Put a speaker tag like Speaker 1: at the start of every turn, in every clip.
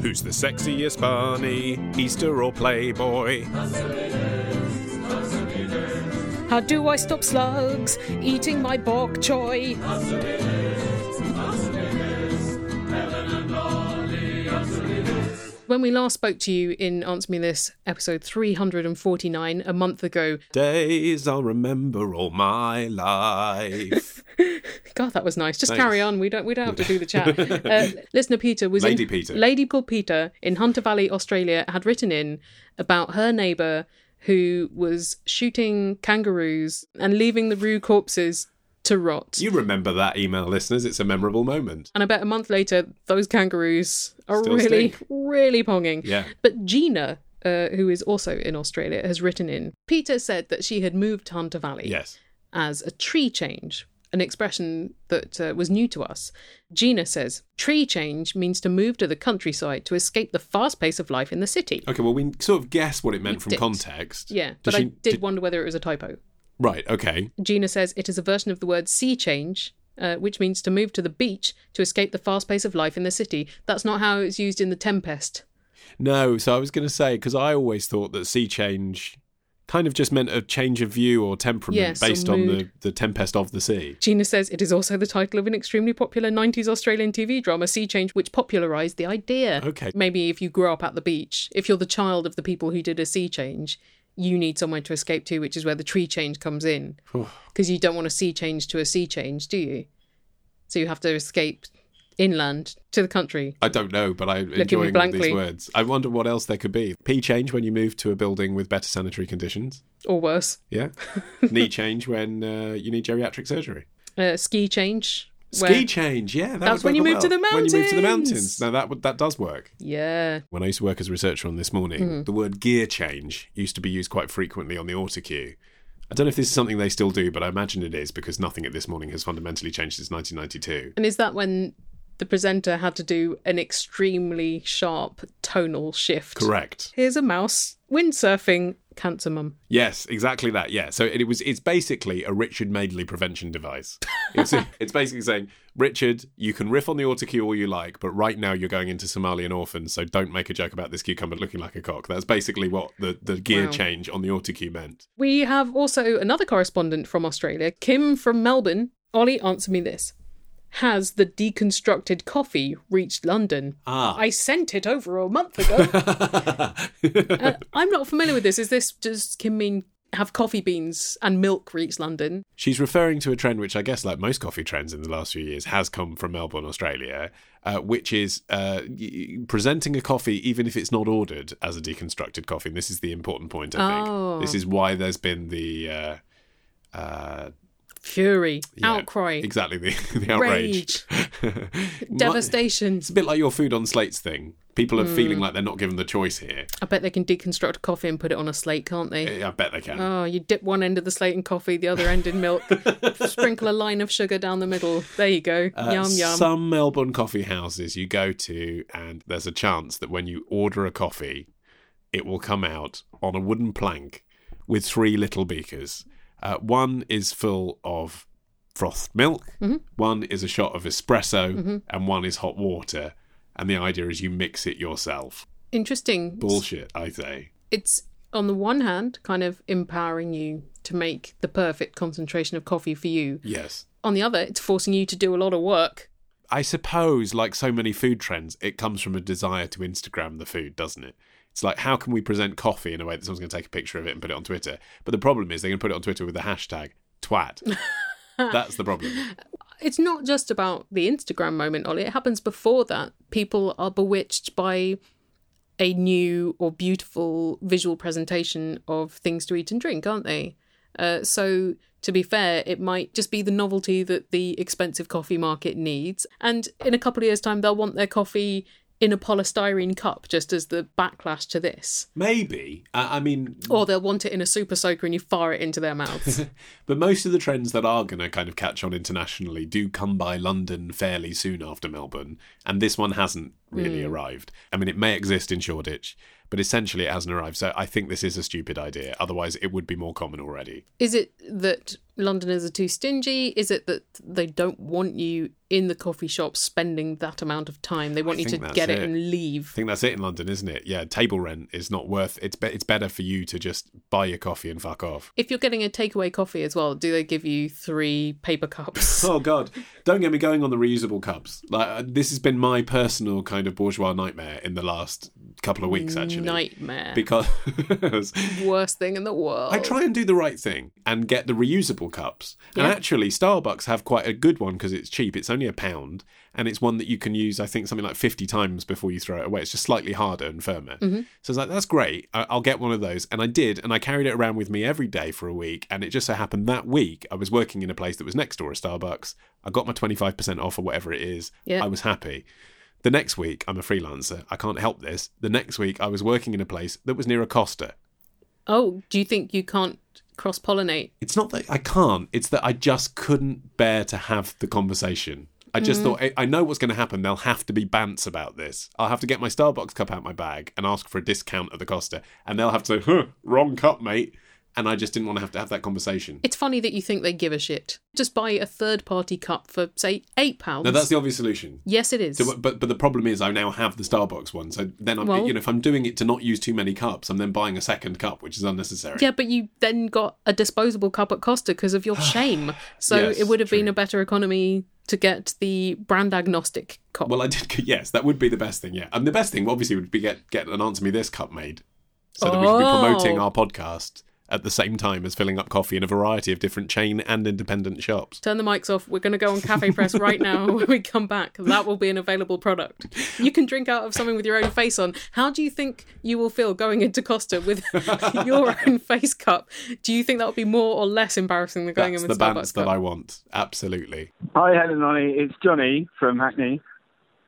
Speaker 1: Who's the sexiest bunny, Easter or Playboy?
Speaker 2: How do I stop slugs eating my bok choy? When we last spoke to you in Answer Me This, episode 349, a month ago,
Speaker 1: Days I'll remember all my life.
Speaker 2: God, that was nice. Just
Speaker 1: Thanks.
Speaker 2: carry on. We don't we don't have to do the chat. Uh, listener Peter was
Speaker 1: Lady in,
Speaker 2: Peter. Lady called Peter in Hunter Valley, Australia, had written in about her neighbour who was shooting kangaroos and leaving the roo corpses to rot.
Speaker 1: you remember that email, listeners? It's a memorable moment.
Speaker 2: and about a month later, those kangaroos are
Speaker 1: Still
Speaker 2: really,
Speaker 1: stink.
Speaker 2: really ponging.
Speaker 1: Yeah.
Speaker 2: But Gina, uh, who is also in Australia, has written in. Peter said that she had moved to Hunter Valley
Speaker 1: Yes.
Speaker 2: as a tree change, an expression that uh, was new to us. Gina says, tree change means to move to the countryside to escape the fast pace of life in the city.
Speaker 1: Okay, well, we sort of guessed what it meant
Speaker 2: You
Speaker 1: from
Speaker 2: did.
Speaker 1: context.
Speaker 2: Yeah,
Speaker 1: Oh. Does
Speaker 2: but I
Speaker 1: she-
Speaker 2: did, wonder whether it was a typo.
Speaker 1: Right, okay.
Speaker 2: Gina says it is a version of the word sea change, uh, which means to move to the beach to escape the fast pace of life in the city. That's not how it's used in The Tempest.
Speaker 1: No, so I was going to say, because I always thought that sea change kind of just meant a change of view or temperament
Speaker 2: Yes, or
Speaker 1: based on the,
Speaker 2: mood.
Speaker 1: the tempest of the sea.
Speaker 2: Gina says it is also the title of an extremely popular 90s Australian TV drama, Sea Change, which popularised the idea.
Speaker 1: Okay.
Speaker 2: Maybe if you grow up at the beach, if you're the child of the people who did a sea change, you need somewhere to escape to, which is where the tree change comes in. Because you don't want a sea change to a sea change, do you? So you have to escape inland to the country.
Speaker 1: I don't know, but I'm enjoying all
Speaker 2: blankly.
Speaker 1: these words. I wonder what else there could be. P change when you move to a building with better sanitary conditions.
Speaker 2: Or worse,
Speaker 1: Yeah. Knee change when uh, you need geriatric surgery.
Speaker 2: uh, ski change.
Speaker 1: Ski change, yeah. that
Speaker 2: That's
Speaker 1: would
Speaker 2: when you
Speaker 1: work
Speaker 2: move to
Speaker 1: well.
Speaker 2: the
Speaker 1: When you move to the
Speaker 2: mountains.
Speaker 1: mountains. Now that would that does work.
Speaker 2: Yeah.
Speaker 1: When I used to work as a researcher on this morning,
Speaker 2: Mm.
Speaker 1: the word gear change used to be used quite frequently on the autocue. I don't know if this is something they still do, but I imagine it is because nothing at this morning has fundamentally changed since 1992.
Speaker 2: And is that when the presenter had to do an extremely sharp tonal shift?
Speaker 1: Correct.
Speaker 2: Here's a mouse windsurfing cancer mum.
Speaker 1: Yes, exactly that. Yeah. So it, was it's basically a Richard Madeley prevention device. It's, it's basically saying, Richard, you can riff on the autocue all you like, but right now you're going into Somalian orphans, so don't make a joke about this cucumber looking like a cock. That's basically what the, the gear
Speaker 2: Wow.
Speaker 1: change on the autocue meant.
Speaker 2: We have also another correspondent from Australia, Kim from Melbourne. Ollie, answer me this. Has the deconstructed coffee reached London?
Speaker 1: Ah.
Speaker 2: I sent it over a month ago. Uh, I'm not familiar with this. Is this does Kim mean have coffee beans and milk reached London?
Speaker 1: She's referring to a trend which I guess, like most coffee trends in the last few years, has come from Melbourne, Australia, uh, which is uh, y- presenting a coffee, even if it's not ordered, as a deconstructed coffee. And this is the important point, I
Speaker 2: Oh.
Speaker 1: think. This is why there's been the. Uh, uh,
Speaker 2: Fury,
Speaker 1: yeah,
Speaker 2: outcry,
Speaker 1: Exactly, the, the outrage. My-
Speaker 2: devastation.
Speaker 1: It's a bit like your food on slates thing. People are feeling like they're not given the choice here.
Speaker 2: I bet they can deconstruct a coffee and put it on a slate, can't they?
Speaker 1: I bet they can.
Speaker 2: Oh, you dip one end of the slate in coffee, the other end in milk. Sprinkle a line of sugar down the middle. There you go.
Speaker 1: Uh,
Speaker 2: yum yum.
Speaker 1: Some Melbourne coffee houses you go to, and there's a chance that when you order a coffee, it will come out on a wooden plank with three little beakers. Uh, one is full of frothed milk,
Speaker 2: Mm-hmm.
Speaker 1: one is a shot of espresso, and one is hot water. And the idea is you mix it yourself.
Speaker 2: Interesting.
Speaker 1: Bullshit, I say.
Speaker 2: It's on the one hand kind of empowering you to make the perfect concentration of coffee for you.
Speaker 1: Yes.
Speaker 2: On the other, it's forcing you to do a lot of work.
Speaker 1: I suppose, like so many food trends, it comes from a desire to Instagram the food, doesn't it? It's like, how can we present coffee in a way that someone's going to take a picture of it and put it on Twitter? But the problem is, they're going to put it on Twitter with the hashtag twat. That's the problem.
Speaker 2: It's not just about the Instagram moment, Ollie. It happens before that. People are bewitched by a new or beautiful visual presentation of things to eat and drink, aren't they? Uh, so, to be fair, it might just be the novelty that the expensive coffee market needs. And in a couple of years' time, they'll want their coffee in a polystyrene cup, just as the backlash to this.
Speaker 1: Maybe. I, I mean,
Speaker 2: Or they'll want it in a super soaker and you fire it into their mouths.
Speaker 1: but most of the trends that are going to kind of catch on internationally do come by London fairly soon after Melbourne. And this one hasn't really arrived. I mean, it may exist in Shoreditch, but essentially it hasn't arrived. So I think this is a stupid idea. Otherwise, it would be more common already.
Speaker 2: Is it that Londoners are too stingy? Is it that they don't want you in the coffee shop spending that amount of time? They want you to
Speaker 1: think that's
Speaker 2: get it,
Speaker 1: it.
Speaker 2: and
Speaker 1: I
Speaker 2: leave.
Speaker 1: think that's it in London, isn't it? Yeah, table rent is not worth. It's be- it's better for you to just buy your coffee and fuck off.
Speaker 2: If you're getting a takeaway coffee as well, do they give you three paper cups?
Speaker 1: Oh God! Don't get me going on the reusable cups. Like uh, this has been my personal kind of bourgeois nightmare in the last couple of weeks, actually.
Speaker 2: Nightmare.
Speaker 1: Because
Speaker 2: Worst thing in the world.
Speaker 1: I try and do the right thing and get the reusable cups. And
Speaker 2: Yeah.
Speaker 1: actually, Starbucks have quite a good one because it's cheap. It's only a pound, and it's one that you can use. I think something like fifty times before you throw it away. It's just slightly harder and firmer.
Speaker 2: Mm-hmm.
Speaker 1: So I was like, "That's great. I- I'll get one of those." And I did, and I carried it around with me every day for a week. And it just so happened that week I was working in a place that was next door a Starbucks. I got my twenty five percent off or whatever it is.
Speaker 2: Yeah.
Speaker 1: I was happy. The next week, I'm a freelancer. I can't help this. The next week, I was working in a place that was near a Costa.
Speaker 2: Oh, do you think you can't cross pollinate?
Speaker 1: it's not that I can't, it's that I just couldn't bear to have the conversation. I just thought, I, I know what's going to happen. There'll have to be bants about this. I'll have to get my Starbucks cup out my bag and ask for a discount at the Costa. And they'll have to say, huh, wrong cup, mate. And I just didn't want to have to have that conversation.
Speaker 2: It's funny that you think they give a shit. Just buy a third party cup for, say, £8.
Speaker 1: No, that's the obvious solution.
Speaker 2: yes, it is.
Speaker 1: So, but but the problem is, I now have the Starbucks one. So then, I'm,
Speaker 2: Well-
Speaker 1: you know, if I'm doing it to not use too many cups, I'm then buying a second cup, which is unnecessary.
Speaker 2: Yeah, but you then got a disposable cup at Costa because of your shame. So
Speaker 1: Yes,
Speaker 2: it would have been
Speaker 1: true.
Speaker 2: a better economy to get the brand agnostic cup.
Speaker 1: Well, I did. get- Yes, that would be the best thing. Yeah, and the best thing obviously would be get get an answer me this cup made, so that we could be
Speaker 2: Oh.
Speaker 1: promoting our podcast at the same time as filling up coffee in a variety of different chain and independent shops.
Speaker 2: Turn the mics off. We're going to go on Cafe Press right now. When we come back, that will be an available product. You can drink out of something with your own face on. How do you think you will feel going into Costa with your own face cup? Do you think that would be more or less embarrassing than going
Speaker 1: That's
Speaker 2: in
Speaker 1: the
Speaker 2: with
Speaker 1: bants
Speaker 2: Starbucks
Speaker 1: that
Speaker 2: cup?
Speaker 1: I want. Absolutely.
Speaker 3: Hi, Helen and Ollie. It's Johnny from Hackney.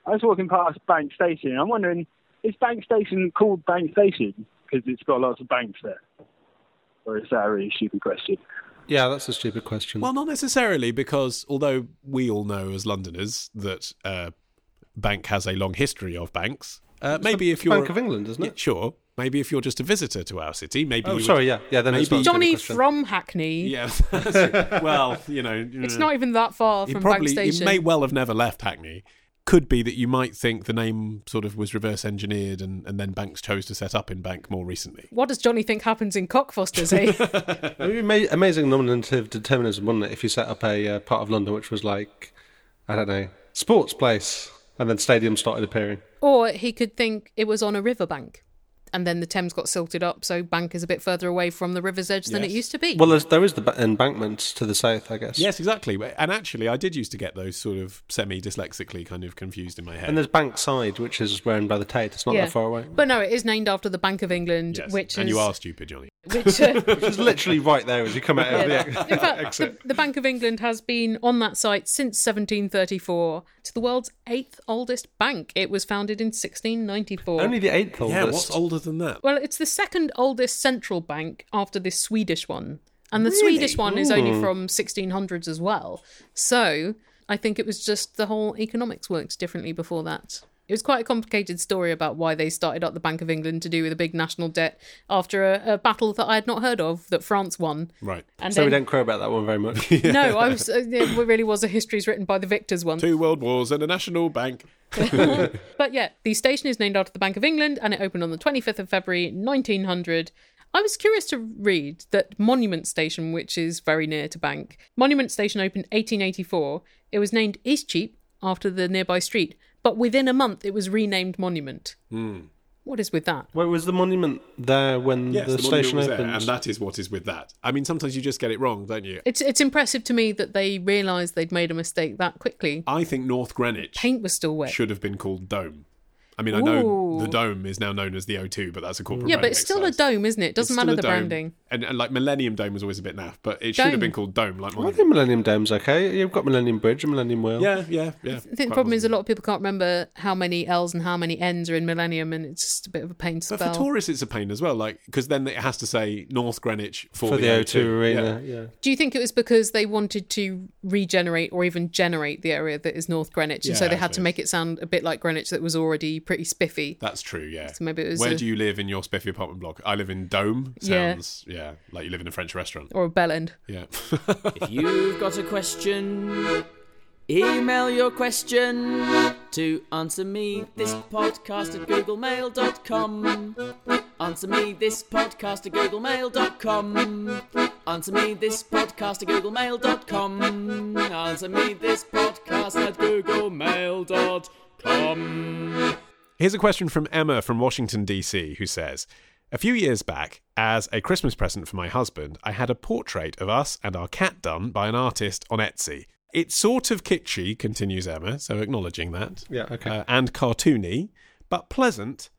Speaker 3: I was walking past Bank Station. I'm wondering, is Bank Station called Bank Station? Because it's got lots of banks there. Or is that a really stupid question?
Speaker 4: Yeah, that's a stupid question.
Speaker 1: Well, not necessarily, because although we all know as Londoners that uh, bank has a long history of banks, uh, maybe if you're
Speaker 4: Bank of England, isn't it?
Speaker 1: sure, maybe if you're just a visitor to our city, maybe
Speaker 4: Oh,
Speaker 1: you would-
Speaker 4: sorry, yeah, yeah. Then it's
Speaker 1: Maybe-
Speaker 4: not a stupid
Speaker 2: Johnny
Speaker 4: question.
Speaker 2: from Hackney.
Speaker 1: yeah. that's- well, you know,
Speaker 2: It's not even that far
Speaker 1: He
Speaker 2: from
Speaker 1: probably
Speaker 2: Bank
Speaker 1: he
Speaker 2: Station.
Speaker 1: may well have never left Hackney. Could be that you might think the name sort of was reverse engineered and, and then Banks chose to set up in Bank more recently.
Speaker 2: What does Johnny think happens in cockfosters, eh?
Speaker 4: It would be ama- amazing nominative determinism, wouldn't it, if you set up a uh, part of London which was like, I don't know, sports place, and then stadiums started appearing.
Speaker 2: Or he could think it was on a riverbank. And then the Thames got silted up, so bank is a bit further away from the river's edge than it
Speaker 1: Yes.
Speaker 2: used to be.
Speaker 4: Well, there's, there is the ba- embankment to the south, I guess.
Speaker 1: Yes, exactly. And actually, I did used to get those sort of semi dyslexically kind of confused in my head.
Speaker 4: And there's Bankside, which is round by the Tate. It's not
Speaker 2: Yeah.
Speaker 4: that far away.
Speaker 2: But no, it is named after the Bank of England,
Speaker 1: Yes.
Speaker 2: which
Speaker 1: and
Speaker 2: is
Speaker 1: you are stupid, Johnny.
Speaker 2: which uh,
Speaker 4: It's literally right there as you come out of the ex-
Speaker 2: in fact, the,
Speaker 4: exit.
Speaker 2: the Bank of England has been on that site since 1734. It's the world's eighth oldest bank. It was founded in 1694.
Speaker 4: Only the eighth oldest.
Speaker 1: Yeah, what's older than that?
Speaker 2: Well, it's the second oldest central bank after the Swedish one. And the
Speaker 1: Really?
Speaker 2: Swedish one is only from 1600s as well. So I think it was just the whole economics worked differently before that. It was quite a complicated story about why they started up the Bank of England to do with a big national debt after a, a battle that I had not heard of that France won.
Speaker 1: Right.
Speaker 2: And
Speaker 4: So we
Speaker 2: then-
Speaker 4: don't crow about that one very much.
Speaker 2: no, I was, uh, it really was a histories written by the victors one.
Speaker 1: Two world wars and a national bank.
Speaker 2: But yeah, the station is named after the Bank of England and it opened on the 25th of February 1900. I was curious to read that Monument Station, which is very near to Bank, Monument Station opened 1884. It was named Eastcheap after the nearby street, but within a month it was renamed Monument.
Speaker 1: Hmm.
Speaker 2: What is with that?
Speaker 4: Where was the monument there when
Speaker 1: Yes,
Speaker 4: the,
Speaker 1: the, monument
Speaker 4: station
Speaker 1: was
Speaker 4: opened?
Speaker 1: there, and that is what is with that. I mean, sometimes you just get it wrong, don't you?
Speaker 2: It's it's impressive to me that they realised they'd made a mistake that quickly.
Speaker 1: I think North Greenwich
Speaker 2: Paint was still wet.
Speaker 1: should have been called Dome. I mean, I know
Speaker 2: Ooh.
Speaker 1: the Dome is now known as the O2, but that's a corporate
Speaker 2: Yeah, but
Speaker 1: branding
Speaker 2: it's still
Speaker 1: exercise.
Speaker 2: a dome, isn't it? Doesn't
Speaker 1: It's
Speaker 2: matter
Speaker 1: still
Speaker 2: the
Speaker 1: a dome.
Speaker 2: branding.
Speaker 1: and, and like Millennium Dome was always a bit naff, but it should have
Speaker 2: Dome.
Speaker 1: been called Dome, like
Speaker 4: I
Speaker 1: mine.
Speaker 4: think Millennium Dome's okay. You've got Millennium Bridge and Millennium Wheel.
Speaker 1: Yeah, yeah, yeah.
Speaker 2: I think the
Speaker 1: Quite
Speaker 2: problem is a
Speaker 1: possible.
Speaker 2: lot of people can't remember how many L's and how many N's are in Millennium, and it's just a bit of a pain to
Speaker 1: But
Speaker 2: spell.
Speaker 1: for tourists, it's a pain as well, like because then it has to say North Greenwich for,
Speaker 4: For the O2 Arena,
Speaker 1: Yeah.
Speaker 4: yeah.
Speaker 2: Do you think it was because they wanted to regenerate or even generate the area that is North Greenwich, and so
Speaker 1: Yeah,
Speaker 2: they had to
Speaker 1: so-
Speaker 2: make it sound a bit like Greenwich that was already pretty spiffy?
Speaker 1: That's true. Yeah.
Speaker 2: So maybe it was
Speaker 1: Where
Speaker 2: a-
Speaker 1: do you live in your spiffy apartment block? I live in Dome.
Speaker 2: Yeah.
Speaker 1: Sounds yeah, like you live in a French restaurant.
Speaker 2: Or a bell end.
Speaker 1: Yeah.
Speaker 5: If you've got a question, email your question to answer me this podcast at googlemail.com. Answer me this podcast at googlemail.com. Answer me this podcast at googlemail.com. Answer me this podcast at googlemail.com.
Speaker 1: Here's a question from Emma from Washington, D.C., who says A few years back, as a Christmas present for my husband, I had a portrait of us and our cat done by an artist on Etsy. It's sort of kitschy, continues Emma, so acknowledging that.
Speaker 4: Yeah, okay.
Speaker 1: uh, and cartoony, but pleasant.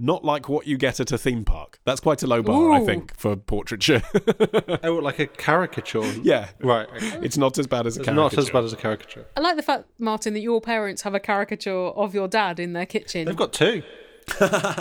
Speaker 1: Not like what you get at a theme park. That's quite a low bar, I
Speaker 2: Ooh.
Speaker 1: think, for portraiture.
Speaker 4: Oh, like a caricature.
Speaker 1: yeah,
Speaker 4: Right. Okay.
Speaker 1: it's not as bad as a
Speaker 4: It's
Speaker 1: caricature.
Speaker 4: not as bad as a caricature.
Speaker 2: I like the fact, Martin, that your parents have a caricature of your dad in their kitchen.
Speaker 4: They've got two.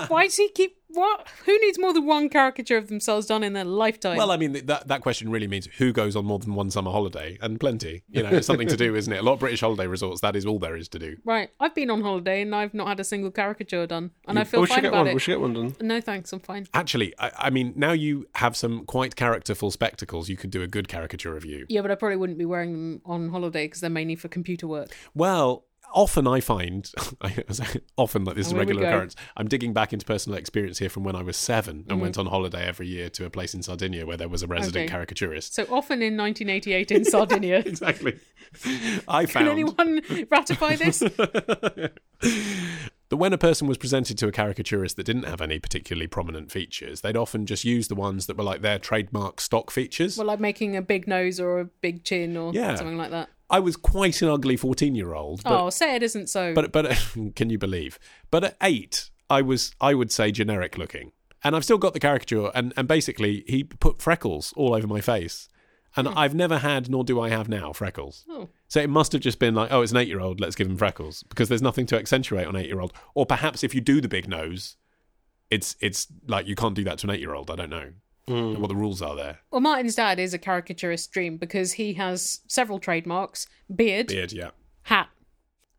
Speaker 2: Why does he keep what? Who needs more than one caricature of themselves done in their lifetime?
Speaker 1: Well, I mean, th- that, that question really means who goes on more than one summer holiday, and plenty. You know, it's something to do, isn't it? A lot of British holiday resorts, that is all there is to do.
Speaker 2: right, I've been on holiday and I've not had a single caricature done, and I
Speaker 4: Oh,
Speaker 2: feel
Speaker 4: we should
Speaker 2: fine
Speaker 4: get
Speaker 2: about
Speaker 4: one. We
Speaker 2: it.
Speaker 4: should get one done.
Speaker 2: No thanks, I'm fine.
Speaker 1: Actually, I, I mean, now you have some quite characterful spectacles, you could do a good caricature of you.
Speaker 2: Yeah, but I probably wouldn't be wearing them on holiday because they're mainly for computer work.
Speaker 1: Well, often I find, I- often like this is a
Speaker 2: Away Oh, we
Speaker 1: regular
Speaker 2: go.
Speaker 1: occurrence, I'm digging back into personal experience here from when I was seven and went on holiday every year to a place in Sardinia where there was a resident
Speaker 2: Mm. Okay.
Speaker 1: caricaturist.
Speaker 2: So often in 1988 in Sardinia.
Speaker 1: Exactly. I found.
Speaker 2: Can anyone ratify this?
Speaker 1: that when a person was presented to a caricaturist that didn't have any particularly prominent features, they'd often just use the ones that were like their trademark stock features.
Speaker 2: well, like making a big nose or a big chin or
Speaker 1: Yeah.
Speaker 2: something like that.
Speaker 1: I was quite an ugly 14 year old, but,
Speaker 2: oh, say it isn't so.
Speaker 1: but, but can you believe? But at eight, I was, I would say, generic looking. And I've still got the caricature, and, and basically, he put freckles all over my face. And I've never had, nor do I have now, freckles.
Speaker 2: Hmm. Oh.
Speaker 1: So it must have just been like, oh, it's an eight year old, let's give him freckles, because there's nothing to accentuate on eight year old. Or perhaps if you do the big nose, it's it's like you can't do that to an eight year old. I don't know
Speaker 2: Hmm.
Speaker 1: what the rules are there.
Speaker 2: Well, Martin's dad is a caricaturist dream because he has several trademarks beard,
Speaker 1: Beard, yeah.
Speaker 2: hat.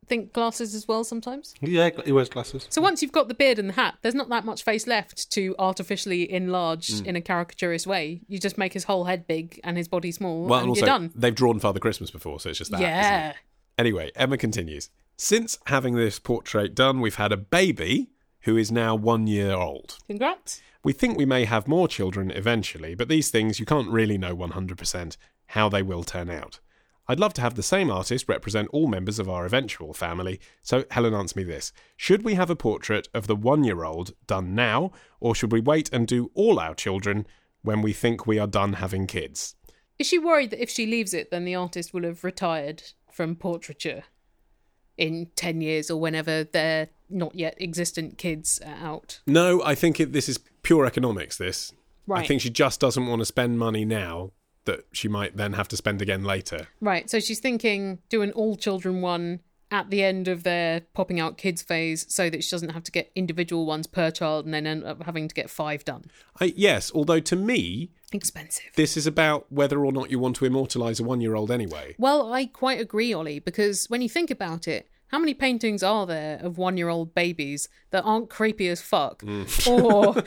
Speaker 2: I think glasses as well sometimes.
Speaker 4: Yeah, he wears glasses.
Speaker 2: So once you've got the beard and the hat, there's not that much face left to artificially enlarge
Speaker 1: Mm.
Speaker 2: in a caricaturist way. You just make his whole head big and his body small,
Speaker 1: Well, and
Speaker 2: and
Speaker 1: also,
Speaker 2: you're done.
Speaker 1: they've drawn Father Christmas before, so it's just that. isn't it?
Speaker 2: yeah.
Speaker 1: Anyway, Emma continues. Since having this portrait done, we've had a baby who is now one year old.
Speaker 2: Congrats.
Speaker 1: We think we may have more children eventually, but these things you can't really know 100% how they will turn out. I'd love to have the same artist represent all members of our eventual family, so Helen answers me this Should we have a portrait of the one year old done now, or should we wait and do all our children when we think we are done having kids?
Speaker 2: Is she worried that if she leaves it, then the artist will have retired from portraiture in 10 years or whenever their not yet existent kids are out?
Speaker 1: No, I think it, this is pure economics, this. I
Speaker 2: Right.
Speaker 1: think she just doesn't want to spend money now that she might then have to spend again later.
Speaker 2: Right. So she's thinking do an all children one at the end of their popping out kids phase so that she doesn't have to get individual ones per child and then end up having to get five done.
Speaker 1: I, yes, although to me,
Speaker 2: Expensive.
Speaker 1: this is about whether or not you want to immortalize a one year old anyway.
Speaker 2: Well, I quite agree, Ollie, because when you think about it, how many paintings are there of one-year-old babies that aren't creepy as fuck, or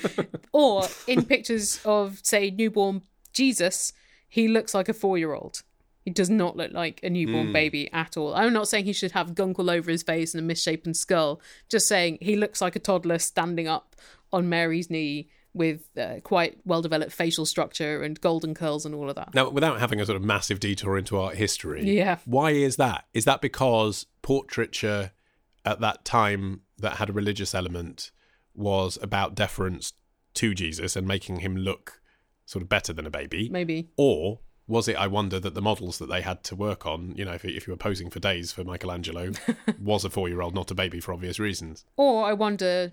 Speaker 2: or in pictures of say newborn Jesus, he looks like a four-year-old. He does not look like a newborn baby at all. I'm not saying he should have gunk all over his face and a misshapen skull. Just saying he looks like a toddler standing up on Mary's knee with uh, quite well-developed facial structure and golden curls and all of that.
Speaker 1: Now, without having a sort of massive detour into art history,
Speaker 2: Yeah.
Speaker 1: why is that? Is that because portraiture at that time that had a religious element was about deference to Jesus and making him look sort of better than a baby?
Speaker 2: Maybe.
Speaker 1: Or was it, I wonder, that the models that they had to work on, you know, if, if you were posing for days for Michelangelo, was a four year old, not a baby for obvious reasons?
Speaker 2: Or I wonder,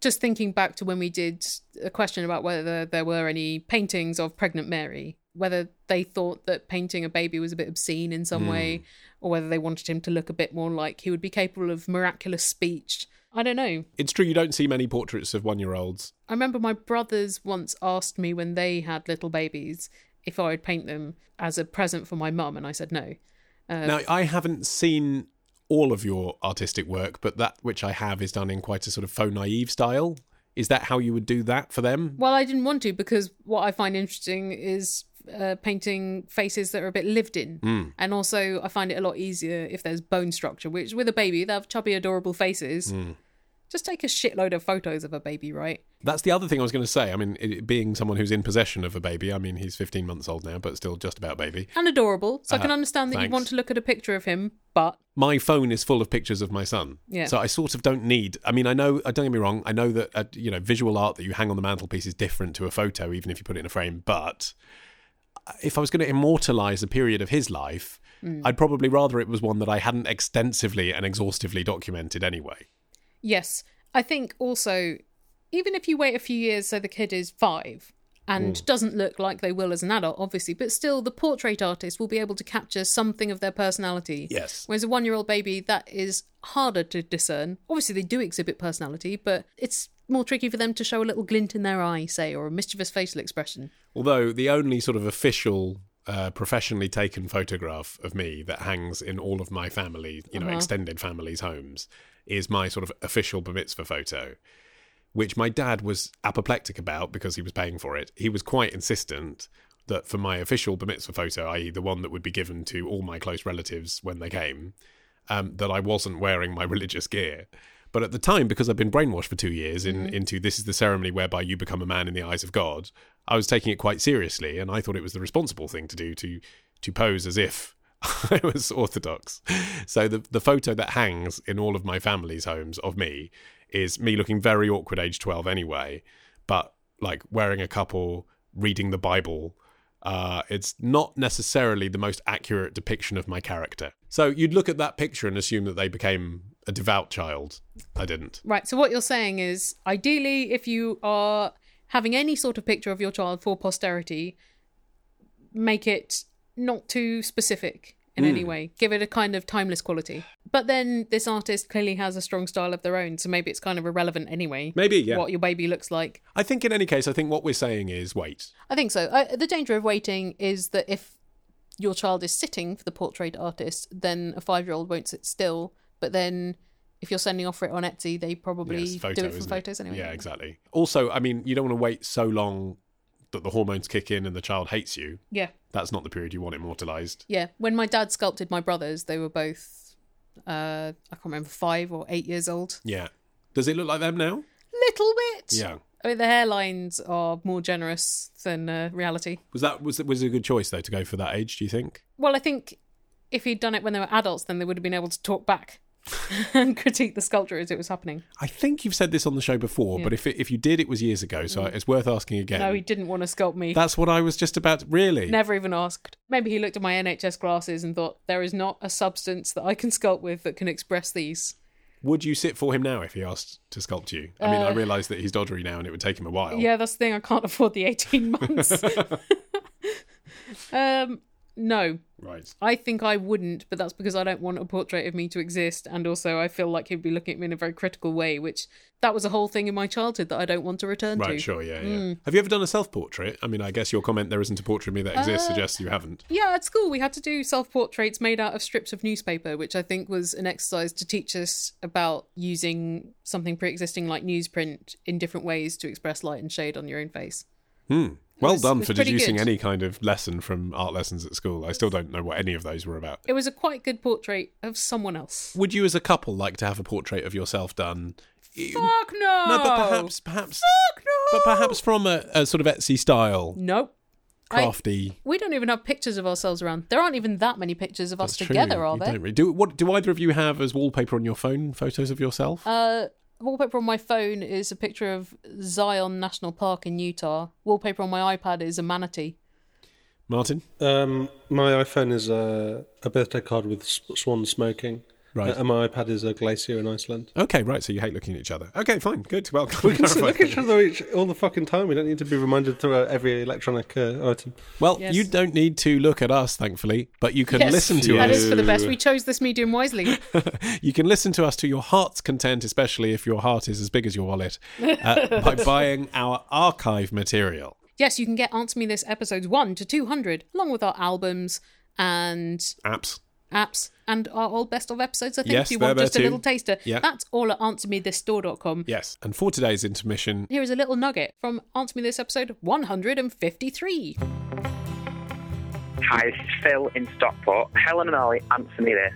Speaker 2: just thinking back to when we did a question about whether there were any paintings of pregnant Mary, whether they thought that painting a baby was a bit obscene in some way, or whether they wanted him to look a bit more like he would be capable of miraculous speech. I don't know.
Speaker 1: It's true you don't see many portraits of one-year-olds.
Speaker 2: I remember my brothers once asked me when they had little babies if I would paint them as a present for my mum, and I said no.
Speaker 1: Now, I haven't seen all of your artistic work, but that which I have is done in quite a sort of faux naive style. Is that how you would do that for them?
Speaker 2: Well, I didn't want to because what I find interesting is uh, painting faces that are a bit lived in. And also, I find it a lot easier if there's bone structure, which with a baby, they have chubby, adorable faces. Just take a shitload of photos of a baby, right?
Speaker 1: That's the other thing I was going to say. I mean, it, being someone who's in possession of a baby, I mean, he's 15 months old now, but still just about baby.
Speaker 2: And adorable. So I can understand that you
Speaker 1: thanks.
Speaker 2: want to look at a picture of him, but
Speaker 1: my phone is full of pictures of my son.
Speaker 2: Yeah.
Speaker 1: So I sort of don't need. I mean, I know. uh, Don't get me wrong. I know that uh, you know visual art that you hang on the mantelpiece is different to a photo, even if you put it in a frame. But if I was going to immortalize a period of his life, I'd probably rather it was one that I hadn't extensively and exhaustively documented anyway.
Speaker 2: Yes. I think also, even if you wait a few years so the kid is five and doesn't look like they will as an adult, obviously, but still the portrait artist will be able to capture something of their personality.
Speaker 1: Yes.
Speaker 2: Whereas a one year old baby, that is harder to discern. Obviously, they do exhibit personality, but it's more tricky for them to show a little glint in their eye, say, or a mischievous facial expression.
Speaker 1: Although the only sort of official. Uh, professionally taken photograph of me that hangs in all of my family, you know, extended family's homes is my sort of official bar mitzvah photo. which my dad was apoplectic about because he was paying for it. He was quite insistent that for my official bar mitzvah photo, i.e., the one that would be given to all my close relatives when they came, um, that I wasn't wearing my religious gear. But at the time, because I've been brainwashed for two years in, into this is the ceremony whereby you become a man in the eyes of God, I was taking it quite seriously, and I thought it was the responsible thing to do to to pose as if I was Orthodox. So the the photo that hangs in all of my family's homes of me is me looking very awkward, age twelve anyway, but like wearing a couple, reading the Bible. Uh, it's not necessarily the most accurate depiction of my character. So you'd look at that picture and assume that they became a devout child. I didn't.
Speaker 2: Right. So what you're saying is, ideally, if you are having any sort of picture of your child for posterity, make it not too specific in
Speaker 1: Hmm.
Speaker 2: any way. Give it a kind of timeless quality. But then this artist clearly has a strong style of their own, so maybe it's kind of irrelevant anyway.
Speaker 1: Maybe, yeah.
Speaker 2: What your baby looks like.
Speaker 1: I think in any case, I think what we're saying is wait.
Speaker 2: I think so. Uh, the danger of waiting is that if your child is sitting for the portrait artist, then a five year old won't sit still. But then if you're sending off for it on Etsy, they probably
Speaker 1: Yes, photo,
Speaker 2: do it from
Speaker 1: isn't
Speaker 2: photos anyway.
Speaker 1: Yeah, exactly. Also, I mean, you don't want to wait so long that the hormones kick in and the child hates you.
Speaker 2: Yeah.
Speaker 1: That's not the period you want immortalized.
Speaker 2: Yeah. When my dad sculpted my brothers, they were both, uh, I can't remember, five or eight years old.
Speaker 1: Yeah. Does it look like them now?
Speaker 2: Little bit.
Speaker 1: Yeah.
Speaker 2: I mean, the hairlines are more generous than uh, reality.
Speaker 1: Was that was it- was it a good choice though to go for that age? Do you think?
Speaker 2: Well, I think if he'd done it when they were adults, then they would have been able to talk back and critique the sculpture as it was happening.
Speaker 1: I think you've said this on the show before, but if it, if you did, it was years ago, so it's worth asking again.
Speaker 2: Mm. No, Oh, he didn't want to sculpt me.
Speaker 1: That's what I was just about. Really?
Speaker 2: Never even asked. Maybe he looked at my NHS glasses and thought, there is not a substance that I can sculpt with that can express these.
Speaker 1: Would you sit for him now if he asked to sculpt you? I mean, I realise that he's doddery now, and it would take him a while.
Speaker 2: Uh, Yeah, that's the thing. I can't afford the 18 months. um, no,
Speaker 1: Right.
Speaker 2: I think I wouldn't, but that's because I don't want a portrait of me to exist. And also, I feel like he'd be looking at me in a very critical way, which that was a whole thing in my childhood that I don't want to return
Speaker 1: Right.
Speaker 2: to.
Speaker 1: Sure. Yeah. Yeah.
Speaker 2: Mm.
Speaker 1: Have you ever done a self-portrait? I mean, I guess your comment there isn't a portrait of
Speaker 2: Uh,
Speaker 1: me that exists suggests you haven't.
Speaker 2: Yeah, at school we had to do self portraits made out of strips of newspaper, which I think was an exercise to teach us about using something pre existing like newsprint in different ways to express light and shade on your own face.
Speaker 1: Well
Speaker 2: was- it
Speaker 1: done
Speaker 2: was
Speaker 1: for
Speaker 2: pretty
Speaker 1: deducing
Speaker 2: good.
Speaker 1: any kind of lesson from art lessons at school. I still don't know what any of those were about.
Speaker 2: It was a quite good portrait of someone else.
Speaker 1: Would you, as a couple, like to have a portrait of yourself done?
Speaker 2: Fuck no!
Speaker 1: No, but perhaps, perhaps,
Speaker 2: Fuck no!
Speaker 1: but perhaps from a, a sort of Etsy style,
Speaker 2: Nope. I-
Speaker 1: crafty.
Speaker 2: we don't even have pictures of ourselves around. There aren't even that many pictures of us
Speaker 1: That's
Speaker 2: together,
Speaker 1: true.
Speaker 2: are
Speaker 1: You
Speaker 2: there?
Speaker 1: don't really- do what? Do either of you have as wallpaper on your phone photos of yourself?
Speaker 2: Uh, wallpaper on my phone is a picture of Zion National Park in Utah. Wallpaper on my iPad is a manatee.
Speaker 1: Martin,
Speaker 4: Um, my iPhone is a, a birthday card with s- swan smoking.
Speaker 1: Right.
Speaker 4: And my iPad is a glacier in Iceland.
Speaker 1: Okay, right. So you hate looking at each other. Okay, fine. Good. Well,
Speaker 4: We can sit, look at each other each, all the fucking time. We don't need to be reminded through uh, every electronic uh, item.
Speaker 1: Well,
Speaker 2: Yes.
Speaker 1: you don't need to look at us, thankfully, but you can listen to
Speaker 2: That
Speaker 1: us.
Speaker 2: is for the best. We chose this medium wisely.
Speaker 1: you can listen to us to your heart's content, especially if your heart is as big as your wallet, uh, by buying our archive material.
Speaker 2: yes, you can get Answer Me This episodes 1 to 200, along with our albums and
Speaker 1: Apps.
Speaker 2: apps and our old best of episodes, I think,
Speaker 1: Yes,
Speaker 2: if you
Speaker 1: they're
Speaker 2: want
Speaker 1: there
Speaker 2: just
Speaker 1: too.
Speaker 2: a little taster.
Speaker 1: Yeah.
Speaker 2: That's all at answermethisstore.com.
Speaker 1: Yes. And for today's intermission,
Speaker 2: Here is a little nugget from Answer Me This episode 153.
Speaker 6: Hi, this is Phil in Stockport. Helen and Ollie, answer me this.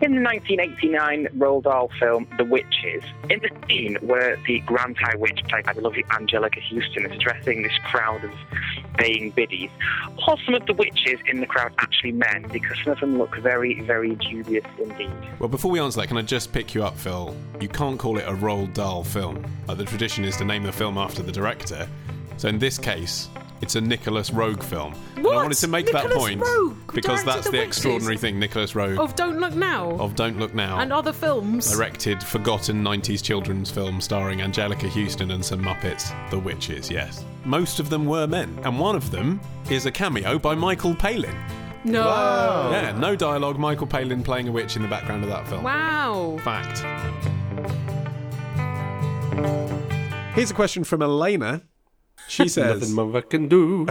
Speaker 6: In the 1989 Roald Dahl film The Witches, in the scene where the Grand High Witch, played by the lovely Angelica Houston, is addressing this crowd of baying biddies, are some of the witches in the crowd actually men? Because some of them look very, very dubious indeed.
Speaker 1: well, before we answer that, can I just pick you up, Phil? You can't call it a Roald Dahl film. Like, the tradition is to name a film after the director. So in this case, it's a Nicholas Rogue film. And I
Speaker 2: What?
Speaker 1: wanted to make that
Speaker 2: Nicholas
Speaker 1: point
Speaker 2: Roeg
Speaker 1: because
Speaker 2: directed
Speaker 1: that's
Speaker 2: The
Speaker 1: the,
Speaker 2: Witches?
Speaker 1: extraordinary thing Nicholas Rogue
Speaker 2: Of Oh, Don't Look Now
Speaker 1: of Don't Look Now.
Speaker 2: and other films.
Speaker 1: Oh, directed forgotten 90s children's film starring Angelica Houston and some Muppets, The Witches, yes. Most of them were men, and one of them is a cameo by Michael Palin.
Speaker 2: No. Wow.
Speaker 1: Yeah, no dialogue, Michael Palin playing a witch in the background of that film. Fact. Here's a question from Elena. She says,
Speaker 4: Nothing more I can do.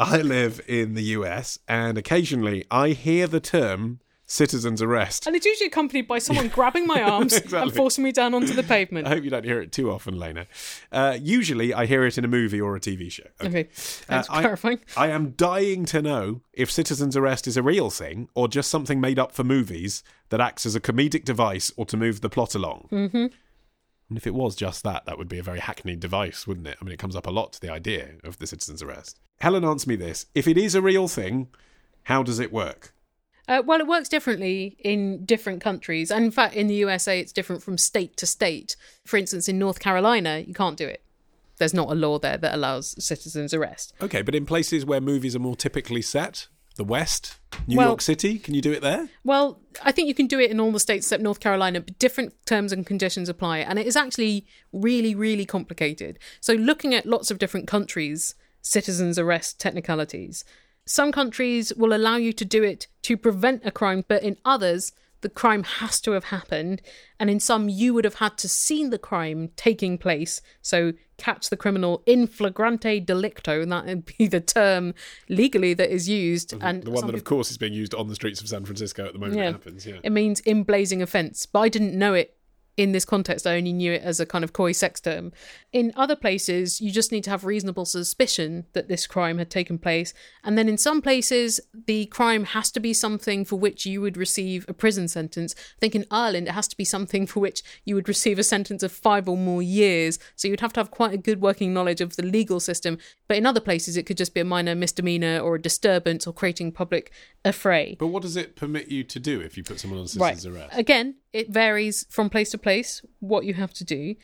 Speaker 1: I live in the US and occasionally I hear the term citizen's arrest.
Speaker 2: And it's usually accompanied by someone grabbing my arms
Speaker 1: Exactly.
Speaker 2: and forcing me down onto the pavement.
Speaker 1: I hope you don't hear it too often, Lena. Uh, usually, I hear it in a movie or a TV show.
Speaker 2: okay.
Speaker 1: Uh,
Speaker 2: Thanks for
Speaker 1: I-
Speaker 2: clarifying.
Speaker 1: I, am dying to know if citizen's arrest is a real thing or just something made up for movies that acts as a comedic device or to move the plot along. Mm-hmm. And if it was just that, that would be a very hackneyed device, wouldn't it? I mean, it comes up a lot to the idea of the citizen's arrest. Helen, answer me this: If it is a real thing, how does it work?
Speaker 2: Uh, well, it works differently in different countries. And in fact, in the USA, it's different from state to state. For instance, in North Carolina, you can't do it. There's not a law there that allows citizens arrest.
Speaker 1: Okay, but in places where movies are more typically set, the West, New
Speaker 2: Well-
Speaker 1: York City, can you do it there?
Speaker 2: Well, I think you can do it in all the states except North Carolina, but different terms and conditions apply. And it is actually really, really complicated. So, looking at lots of different countries' citizens' arrest technicalities, some countries will allow you to do it to prevent a crime, but in others, the crime has to have happened. And in some, you would have had to seen the crime taking place. So, catch the criminal in flagrante delicto, and that would be the term legally that is used. and
Speaker 1: The one
Speaker 2: some
Speaker 1: that,
Speaker 2: people-
Speaker 1: of course, is being used on the streets of San Francisco at the moment
Speaker 2: Yeah.
Speaker 1: it happens. Yeah.
Speaker 2: it means in blazing offence, but I didn't know it in this context. I only knew it as a kind of coy sex term. In other places, you just need to have reasonable suspicion that this crime had taken place. And then in some places, the crime has to be something for which you would receive a prison sentence. I think in Ireland, it has to be something for which you would receive a sentence of five or more years. So you'd have to have quite a good working knowledge of the legal system. But in other places, it could just be a minor misdemeanour or a disturbance or creating public affray.
Speaker 1: But what does it permit you to do if you put someone on
Speaker 2: Right.
Speaker 1: citizen's arrest?
Speaker 2: Again, it varies from place to place what you have to do,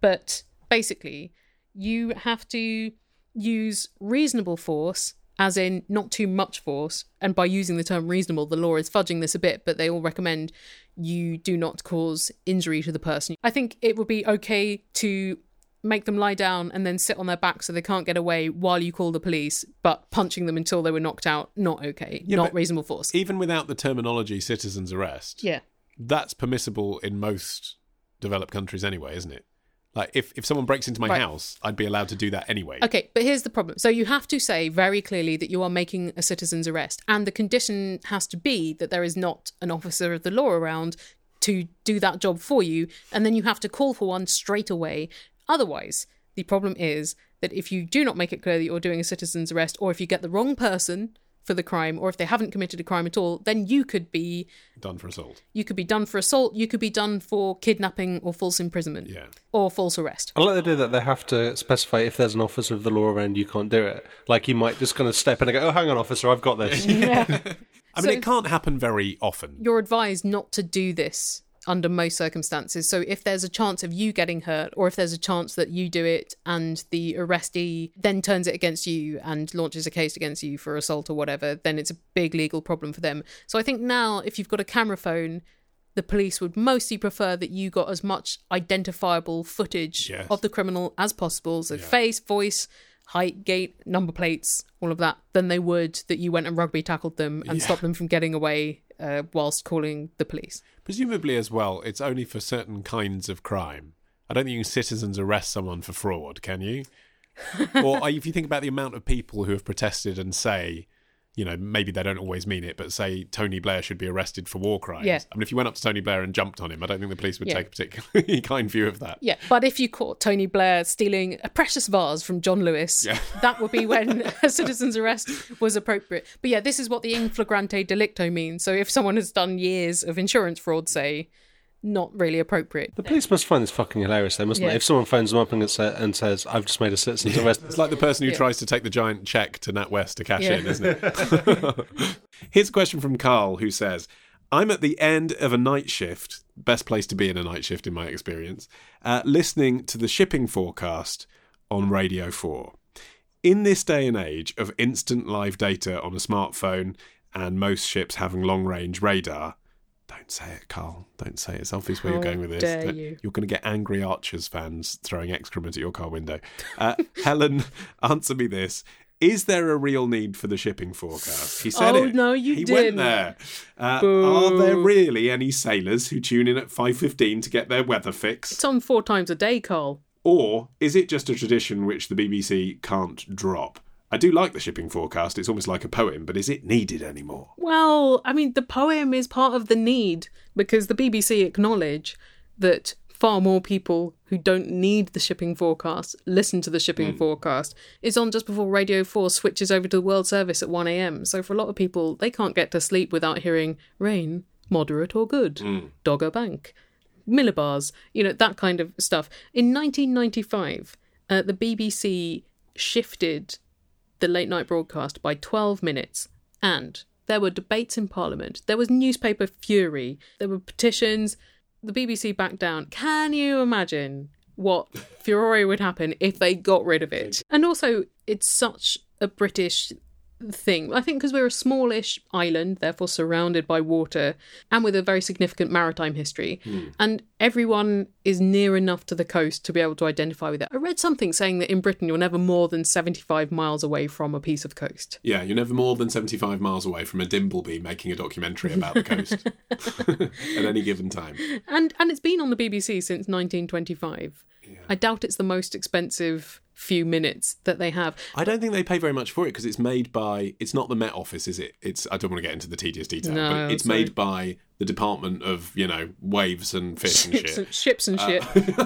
Speaker 2: but basically, you have to use reasonable force, as in not too much force. And by using the term reasonable, the law is fudging this a bit, but they all recommend you do not cause injury to the person. I think it would be okay to make them lie down and then sit on their back so they can't get away while you call the police, but punching them until they were knocked out, not okay, not
Speaker 1: but-
Speaker 2: reasonable force.
Speaker 1: Even without the terminology citizen's arrest,
Speaker 2: yeah.
Speaker 1: that's permissible in most developed countries anyway, isn't it? Like if, if someone breaks into my
Speaker 2: Right.
Speaker 1: house, I'd be allowed to do that anyway.
Speaker 2: Okay, but here's the problem. So you have to say very clearly that you are making a citizen's arrest, and the condition has to be that there is not an officer of the law around to do that job for you, and then you have to call for one straight away. Otherwise, the problem is that if you do not make it clear that you're doing a citizen's arrest, or if you get the wrong person for the crime, or if they haven't committed a crime at all, then you could be
Speaker 1: Done for assault.
Speaker 2: you could be done for assault, you could be done for kidnapping or false imprisonment,
Speaker 1: Yeah.
Speaker 2: or false arrest.
Speaker 4: I like the idea that they have to specify if there's an officer of the law around, you can't do it. Like you might just kind of step in and go, "Oh, hang on, officer, I've got this."
Speaker 1: I mean,
Speaker 2: So-
Speaker 1: it can't happen very often.
Speaker 2: you're advised not to do this under most circumstances. So if there's a chance of you getting hurt, or if there's a chance that you do it and the arrestee then turns it against you and launches a case against you for assault or whatever, then it's a big legal problem for them. So I think now if you've got a camera phone the police would mostly prefer that you got as much identifiable footage
Speaker 1: Yes.
Speaker 2: of the criminal as possible. So face, voice, height, gait, number plates, all of that, than they would that you went and rugby tackled them and
Speaker 1: Yeah.
Speaker 2: stopped them from getting away uh, whilst calling the police.
Speaker 1: Presumably, as well, it's only for certain kinds of crime. I don't think you can citizens arrest someone for fraud, can you? or uh, if you think about the amount of people who have protested and say, you know, maybe they don't always mean it, but say Tony Blair should be arrested for war crimes.
Speaker 2: Yeah.
Speaker 1: I mean, if you went up to Tony Blair and jumped on him, I don't think the police would
Speaker 2: Yeah.
Speaker 1: take a particularly kind view of that.
Speaker 2: Yeah, but if you caught Tony Blair stealing a precious vase from John Lewis, that would be when a citizen's arrest was appropriate. But yeah, this is what the in flagrante delicto means. So if someone has done years of insurance fraud, say, not really appropriate.
Speaker 4: The police must find this fucking hilarious, though, mustn't
Speaker 2: Yeah.
Speaker 4: they? If someone phones them up and, gets, and says, "I've just made a citizen's arrest,"
Speaker 1: It's like the person who tries to take the giant check to NatWest to cash in, isn't it? Here's a question from Carl who says, I'm at the end of a night shift, best place to be in a night shift in my experience, uh, listening to the shipping forecast on Radio 4. In this day and age of instant live data on a smartphone and most ships having long range radar, don't say it, Carl. Don't say it. It's obvious where you're
Speaker 2: How
Speaker 1: going with this.
Speaker 2: dare
Speaker 1: Don't-
Speaker 2: you.
Speaker 1: You're going to get angry Archers fans throwing excrement at your car window. Uh, Helen, answer me this. Is there a real need for the shipping forecast? He said
Speaker 2: Oh,
Speaker 1: it.
Speaker 2: no, you
Speaker 1: he went
Speaker 2: didn't.
Speaker 1: there. Uh, are there really any sailors who tune in at 5.15 to get their weather fix?
Speaker 2: It's on four times a day, Carl.
Speaker 1: Or is it just a tradition which the BBC can't drop? I do like the shipping forecast. It's almost like a poem, but is it needed anymore?
Speaker 2: Well, I mean, the poem is part of the need because the BBC acknowledge that far more people who don't need the shipping forecast listen to the shipping forecast. It's on just before Radio 4 switches over to the World Service at 1 a.m. So for a lot of people, they can't get to sleep without hearing rain, moderate or good, Dogger Bank, millibars, you know, that kind of stuff. In 1995, uh, the BBC shifted the late night broadcast by 12 minutes and there were debates in parliament there was newspaper fury there were petitions the bbc backed down can you imagine what furore would happen if they got rid of it and also it's such a british thing i think because we're a smallish island therefore surrounded by water and with a very significant maritime history
Speaker 1: Hmm.
Speaker 2: and everyone is near enough to the coast to be able to identify with it i read something saying that in britain you're never more than 75 miles away from a piece of coast
Speaker 1: Yeah, you're never more than 75 miles away from a Dimbleby making a documentary about the coast at any given time.
Speaker 2: and and it's been on the BBC since 1925. I doubt it's the most expensive few minutes that they have.
Speaker 1: I don't think they pay very much for it because it's made by it's not the Met Office, is it? It's I don't want to get into the tedious detail,
Speaker 2: No,
Speaker 1: but it's
Speaker 2: sorry.
Speaker 1: made by the Department of you know waves and fish and
Speaker 2: Ships and,
Speaker 1: shit. Uh,
Speaker 2: ships and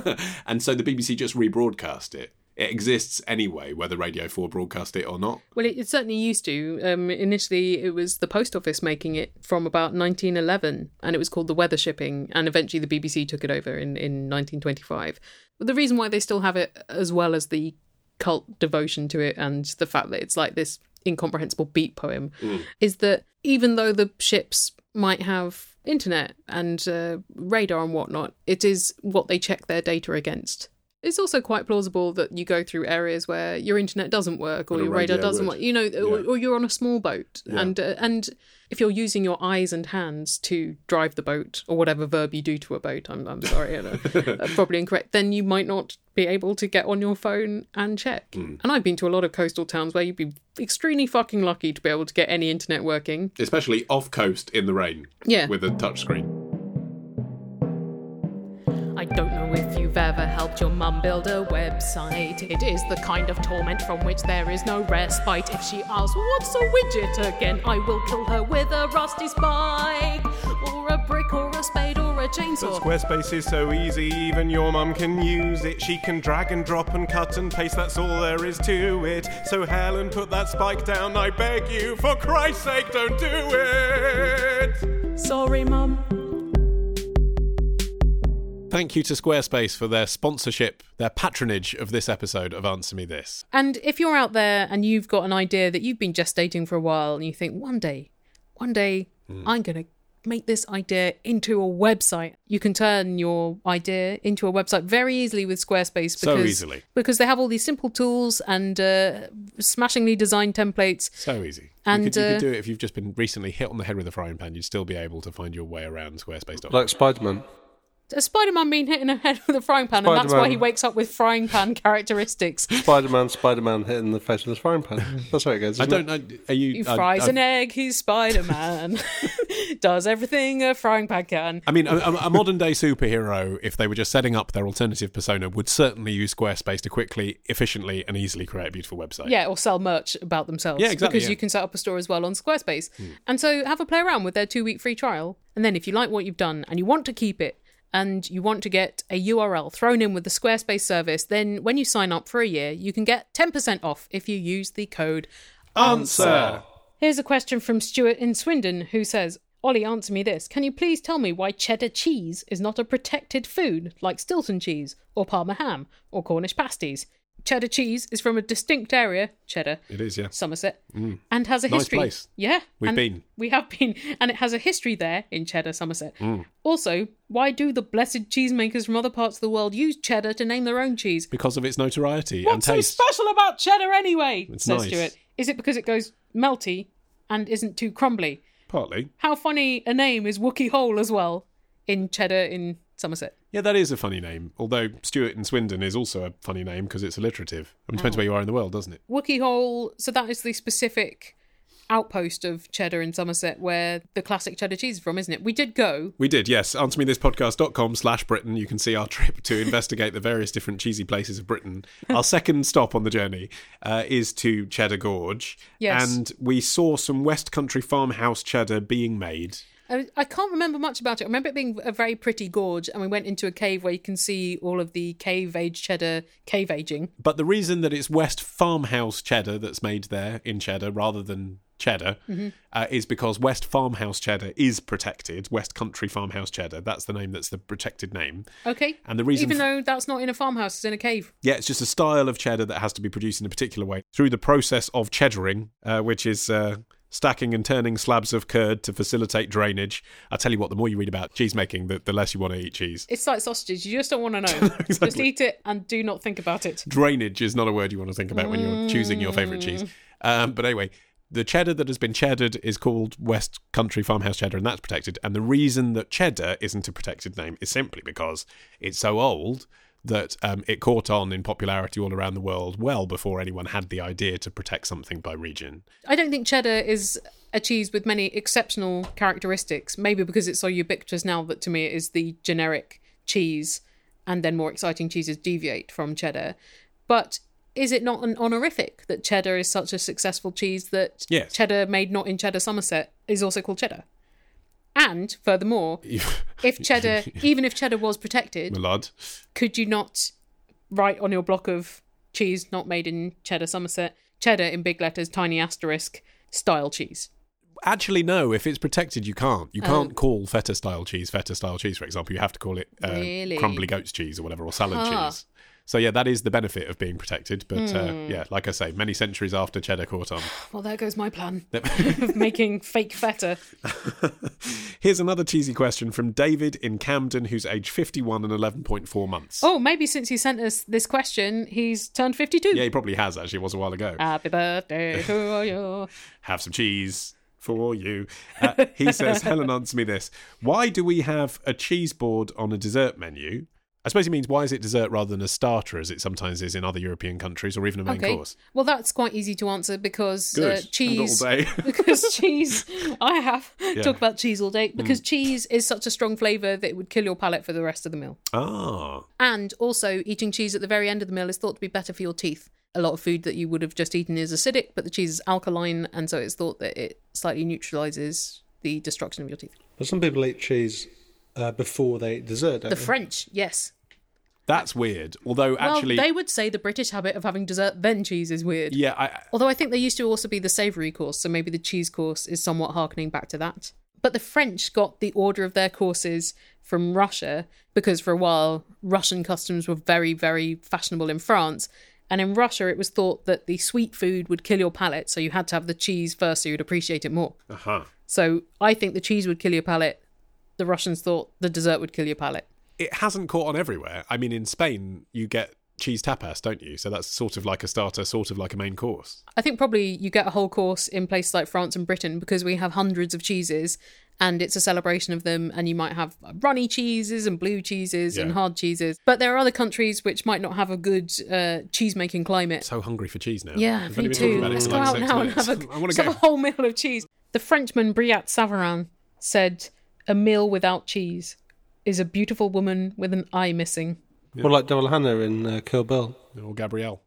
Speaker 2: shit.
Speaker 1: and so the BBC just rebroadcast it. It exists anyway, whether Radio Four broadcast it or not.
Speaker 2: Well, it, it certainly used to. Um, initially, it was the post office making it from about 1911, and it was called the weather shipping. And eventually, the BBC took it over in, in 1925. But the reason why they still have it, as well as the cult devotion to it and the fact that it's like this incomprehensible beat poem, is that even though the ships might have internet and uh, radar and whatnot, it is what they check their data against. It's also quite plausible that you go through areas where your internet doesn't work or
Speaker 1: And a
Speaker 2: your radar
Speaker 1: radio
Speaker 2: doesn't
Speaker 1: would.
Speaker 2: work. You know, or, or you're on a small boat, and uh, and if you're using your eyes and hands to drive the boat or whatever verb you do to a boat, I'm I'm sorry, I don't know, that's probably incorrect. Then you might not be able to get on your phone and check. And I've been to a lot of coastal towns where you'd be extremely fucking lucky to be able to get any internet working.
Speaker 1: Especially off coast in the rain,
Speaker 2: Yeah.
Speaker 1: with a touchscreen.
Speaker 2: I don't know if you've ever helped your mum build a website. It is the kind of torment from which there is no respite. If she asks, What's a widget again? I will kill her with a rusty spike, or a brick, or a spade, or a chainsaw.
Speaker 7: Squarespace is so easy, even your mum can use it. She can drag and drop and cut and paste, that's all there is to it. So, Helen, put that spike down, I beg you, for Christ's sake, don't do it!
Speaker 2: Sorry, mum.
Speaker 1: Thank you to Squarespace for their sponsorship, their patronage of this episode of Answer Me This.
Speaker 2: And if you're out there and you've
Speaker 1: Hmm.
Speaker 2: got an idea that you've been gestating for a while and you think, one day, one day, I'm going to make this idea into a website. You can turn your idea into a website very easily with Squarespace. Because,
Speaker 1: So easily.
Speaker 2: Because they have all these simple tools and uh, smashingly designed templates.
Speaker 1: So easy.
Speaker 2: And,
Speaker 1: you, could, you
Speaker 2: uh,
Speaker 1: could do it if you've just been recently hit on the head with a frying pan. You'd still be able to find your way around Squarespace.com.
Speaker 4: Like Spider Man.
Speaker 2: Has Spider Man been hit in the head with a frying pan, and that's why
Speaker 4: Spider-Man.
Speaker 2: he wakes up with frying pan characteristics.
Speaker 4: Spider Man, Spider Man hit in the face with a frying pan. That's how it goes.
Speaker 1: I
Speaker 4: isn't
Speaker 1: don't know. Are you?
Speaker 2: He
Speaker 1: I-
Speaker 2: fries
Speaker 1: I,
Speaker 2: an egg, he's Spider Man. Does everything a frying pan can.
Speaker 1: I mean, a, a- a modern day superhero, if they were just setting up their alternative persona, would certainly use Squarespace to quickly, efficiently, and easily create a beautiful website.
Speaker 2: Yeah, or sell merch about themselves.
Speaker 1: Yeah, exactly,
Speaker 2: Because
Speaker 1: yeah. Hmm.
Speaker 2: you can set up a store as well on Squarespace. And so have a play around with their two week free trial. And then if you like what you've done and you want to keep it and you want to get a URL thrown in with the Squarespace service, then when you sign up for a year, you can get 10% off if you use the code
Speaker 1: Answer.
Speaker 2: Here's a question from Stuart in Swindon who says, Ollie, answer me this. Can you please tell me why cheddar cheese is not a protected food like Stilton cheese or Parma ham or Cornish pasties? Cheddar cheese is from a distinct area, cheddar,
Speaker 1: It is, yeah.
Speaker 2: Somerset, and has a
Speaker 1: Mm. Nice
Speaker 2: history.
Speaker 1: place.
Speaker 2: Yeah.
Speaker 1: We've
Speaker 2: and
Speaker 1: been.
Speaker 2: We have been. And it has a history there in cheddar, Somerset.
Speaker 1: Mm.
Speaker 2: Also, why do the blessed cheesemakers from other parts of the world use cheddar to name their own cheese?
Speaker 1: Because of its notoriety
Speaker 2: What's
Speaker 1: and
Speaker 2: so
Speaker 1: taste.
Speaker 2: special about cheddar anyway?
Speaker 1: It's
Speaker 2: says
Speaker 1: nice.
Speaker 2: Stuart. Is it because it goes melty and isn't too crumbly?
Speaker 1: Partly.
Speaker 2: How funny a name is Wookie Hole as well in cheddar in Somerset.
Speaker 1: Yeah, that is a funny name. Although Stuart in Swindon is also a funny name because it's alliterative. I mean, depends where you are in the world, doesn't it?
Speaker 2: Wookie Hole, so that is the specific outpost of cheddar in Somerset where the classic cheddar cheese is from, isn't it? We did go.
Speaker 1: We did, yes. Answermethispodcast.com slash Britain. You can see our trip to investigate the various different cheesy places of Britain. Our second stop on the journey uh, is to Cheddar Gorge.
Speaker 2: Yes.
Speaker 1: And we saw some West Country farmhouse cheddar being made.
Speaker 2: I, I can't remember much about it. I remember it being a very pretty gorge, and we went into a cave where you can see all of the cave age cheddar cave aging.
Speaker 1: But the reason that it's West farmhouse cheddar that's made there in cheddar rather than cheddar uh, is because West farmhouse cheddar is protected. West Country farmhouse cheddar. That's the name that's the protected name.
Speaker 2: Okay.
Speaker 1: And the reason
Speaker 2: Even
Speaker 1: for-
Speaker 2: though that's not in a farmhouse, it's in a cave.
Speaker 1: Yeah, it's just a style of cheddar that has to be produced in a particular way through the process of cheddaring, uh, which is uh, stacking and turning slabs of curd to facilitate drainage. I tell you what, the more you read about cheese making, the, the less you want to eat cheese.
Speaker 2: It's like sausages. You just don't want to know. Just
Speaker 1: Exactly.
Speaker 2: eat it and do not think about it.
Speaker 1: Drainage is not a word you want to think about when you're choosing your favourite cheese. Um, but anyway, the cheddar that has been cheddared is called West Country Farmhouse Cheddar, and that's protected. And the reason that cheddar isn't a protected name is simply because it's so old that um, it caught on in popularity all around the world well before anyone had the idea to protect something by region.
Speaker 2: I don't think cheddar is a cheese with many exceptional characteristics. Maybe because it's so ubiquitous now that to me it is the generic cheese, and then more exciting cheeses deviate from cheddar. But is it not an honorific that cheddar is such a successful cheese that
Speaker 1: Yes.
Speaker 2: cheddar made not in cheddar Somerset is also called cheddar? And furthermore, if cheddar, even if cheddar was protected,
Speaker 1: Milad.
Speaker 2: could you not write on your block of cheese not made in cheddar somerset cheddar in big letters tiny asterisk style cheese
Speaker 1: Actually, no. If it's protected, you can't. You
Speaker 2: Oh.
Speaker 1: can't call feta style cheese feta style cheese, for example. You have to call it uh,
Speaker 2: Really?
Speaker 1: crumbly goat's cheese or whatever, or salad
Speaker 2: Huh.
Speaker 1: cheese. So, yeah, that is the benefit of being protected. But uh,
Speaker 2: Hmm.
Speaker 1: yeah, like I say, many centuries after cheddar caught on.
Speaker 2: well there goes my plan of making fake feta
Speaker 1: Here's another cheesy question from David in Camden, who's aged 51 and 11.4 months.
Speaker 2: oh maybe since he sent us this question he's turned 52
Speaker 1: Yeah, he probably has, actually. It was a while ago.
Speaker 2: happy birthday to you
Speaker 1: have some cheese for you. Uh, he says, Helen, answer me this. Why do we have a cheese board on a dessert menu? I suppose he means why is it dessert rather than a starter, as it sometimes is in other European countries, or even a main
Speaker 2: okay
Speaker 1: course?
Speaker 2: well that's quite easy to answer because
Speaker 1: Good.
Speaker 2: uh,
Speaker 1: Haven't got
Speaker 2: cheese
Speaker 1: all day.
Speaker 2: because cheese i have talk about cheese all
Speaker 1: Hmm.
Speaker 2: day because cheese is such a strong flavor that it would kill your palate for the rest of the meal
Speaker 1: ah,
Speaker 2: And also, eating cheese at the very end of the meal is thought to be better for your teeth. A lot of food that you would have just eaten is acidic, but the cheese is alkaline, and so it's thought that it slightly neutralizes the destruction of your teeth.
Speaker 4: But some people eat cheese uh, before they eat dessert. Don't
Speaker 2: The
Speaker 4: they?
Speaker 2: French, yes.
Speaker 1: that's weird. Although, actually,
Speaker 2: well, they would say the British habit of having dessert then cheese is weird.
Speaker 1: yeah, I,
Speaker 2: Although I think there used to also be the savoury course, so maybe the cheese course is somewhat harkening back to that. But the French got the order of their courses from Russia because for a while Russian customs were very, very fashionable in France. And in Russia, it was thought that the sweet food would kill your palate, so you had to have the cheese first so you'd appreciate it more.
Speaker 1: uh huh.
Speaker 2: So I think the cheese would kill your palate. The Russians thought the dessert would kill your palate.
Speaker 1: It hasn't caught on everywhere. I mean, in Spain, you get cheese tapas, don't you? So that's sort of like a starter, sort of like a main course.
Speaker 2: I think probably you get a whole course in places like France and Britain because we have hundreds of cheeses and it's a celebration of them. And you might have runny cheeses and blue cheeses and
Speaker 1: Yeah.
Speaker 2: hard cheeses. But there are other countries which might not have a good uh, cheese making climate.
Speaker 1: So hungry for cheese now.
Speaker 2: Yeah,
Speaker 1: We've
Speaker 2: me
Speaker 1: only been talking
Speaker 2: too.
Speaker 1: about it
Speaker 2: Let's
Speaker 1: for
Speaker 2: go
Speaker 1: like
Speaker 2: out
Speaker 1: six
Speaker 2: now and
Speaker 1: minutes.
Speaker 2: have a,
Speaker 1: I want
Speaker 2: let's
Speaker 1: to
Speaker 2: have
Speaker 1: go.
Speaker 2: a whole meal of cheese. The Frenchman Briat Savarin said, "A meal without cheese is a beautiful woman with an eye missing."
Speaker 4: Or like Daryl Hannah in uh, Kill Bill.
Speaker 1: Or Gabrielle.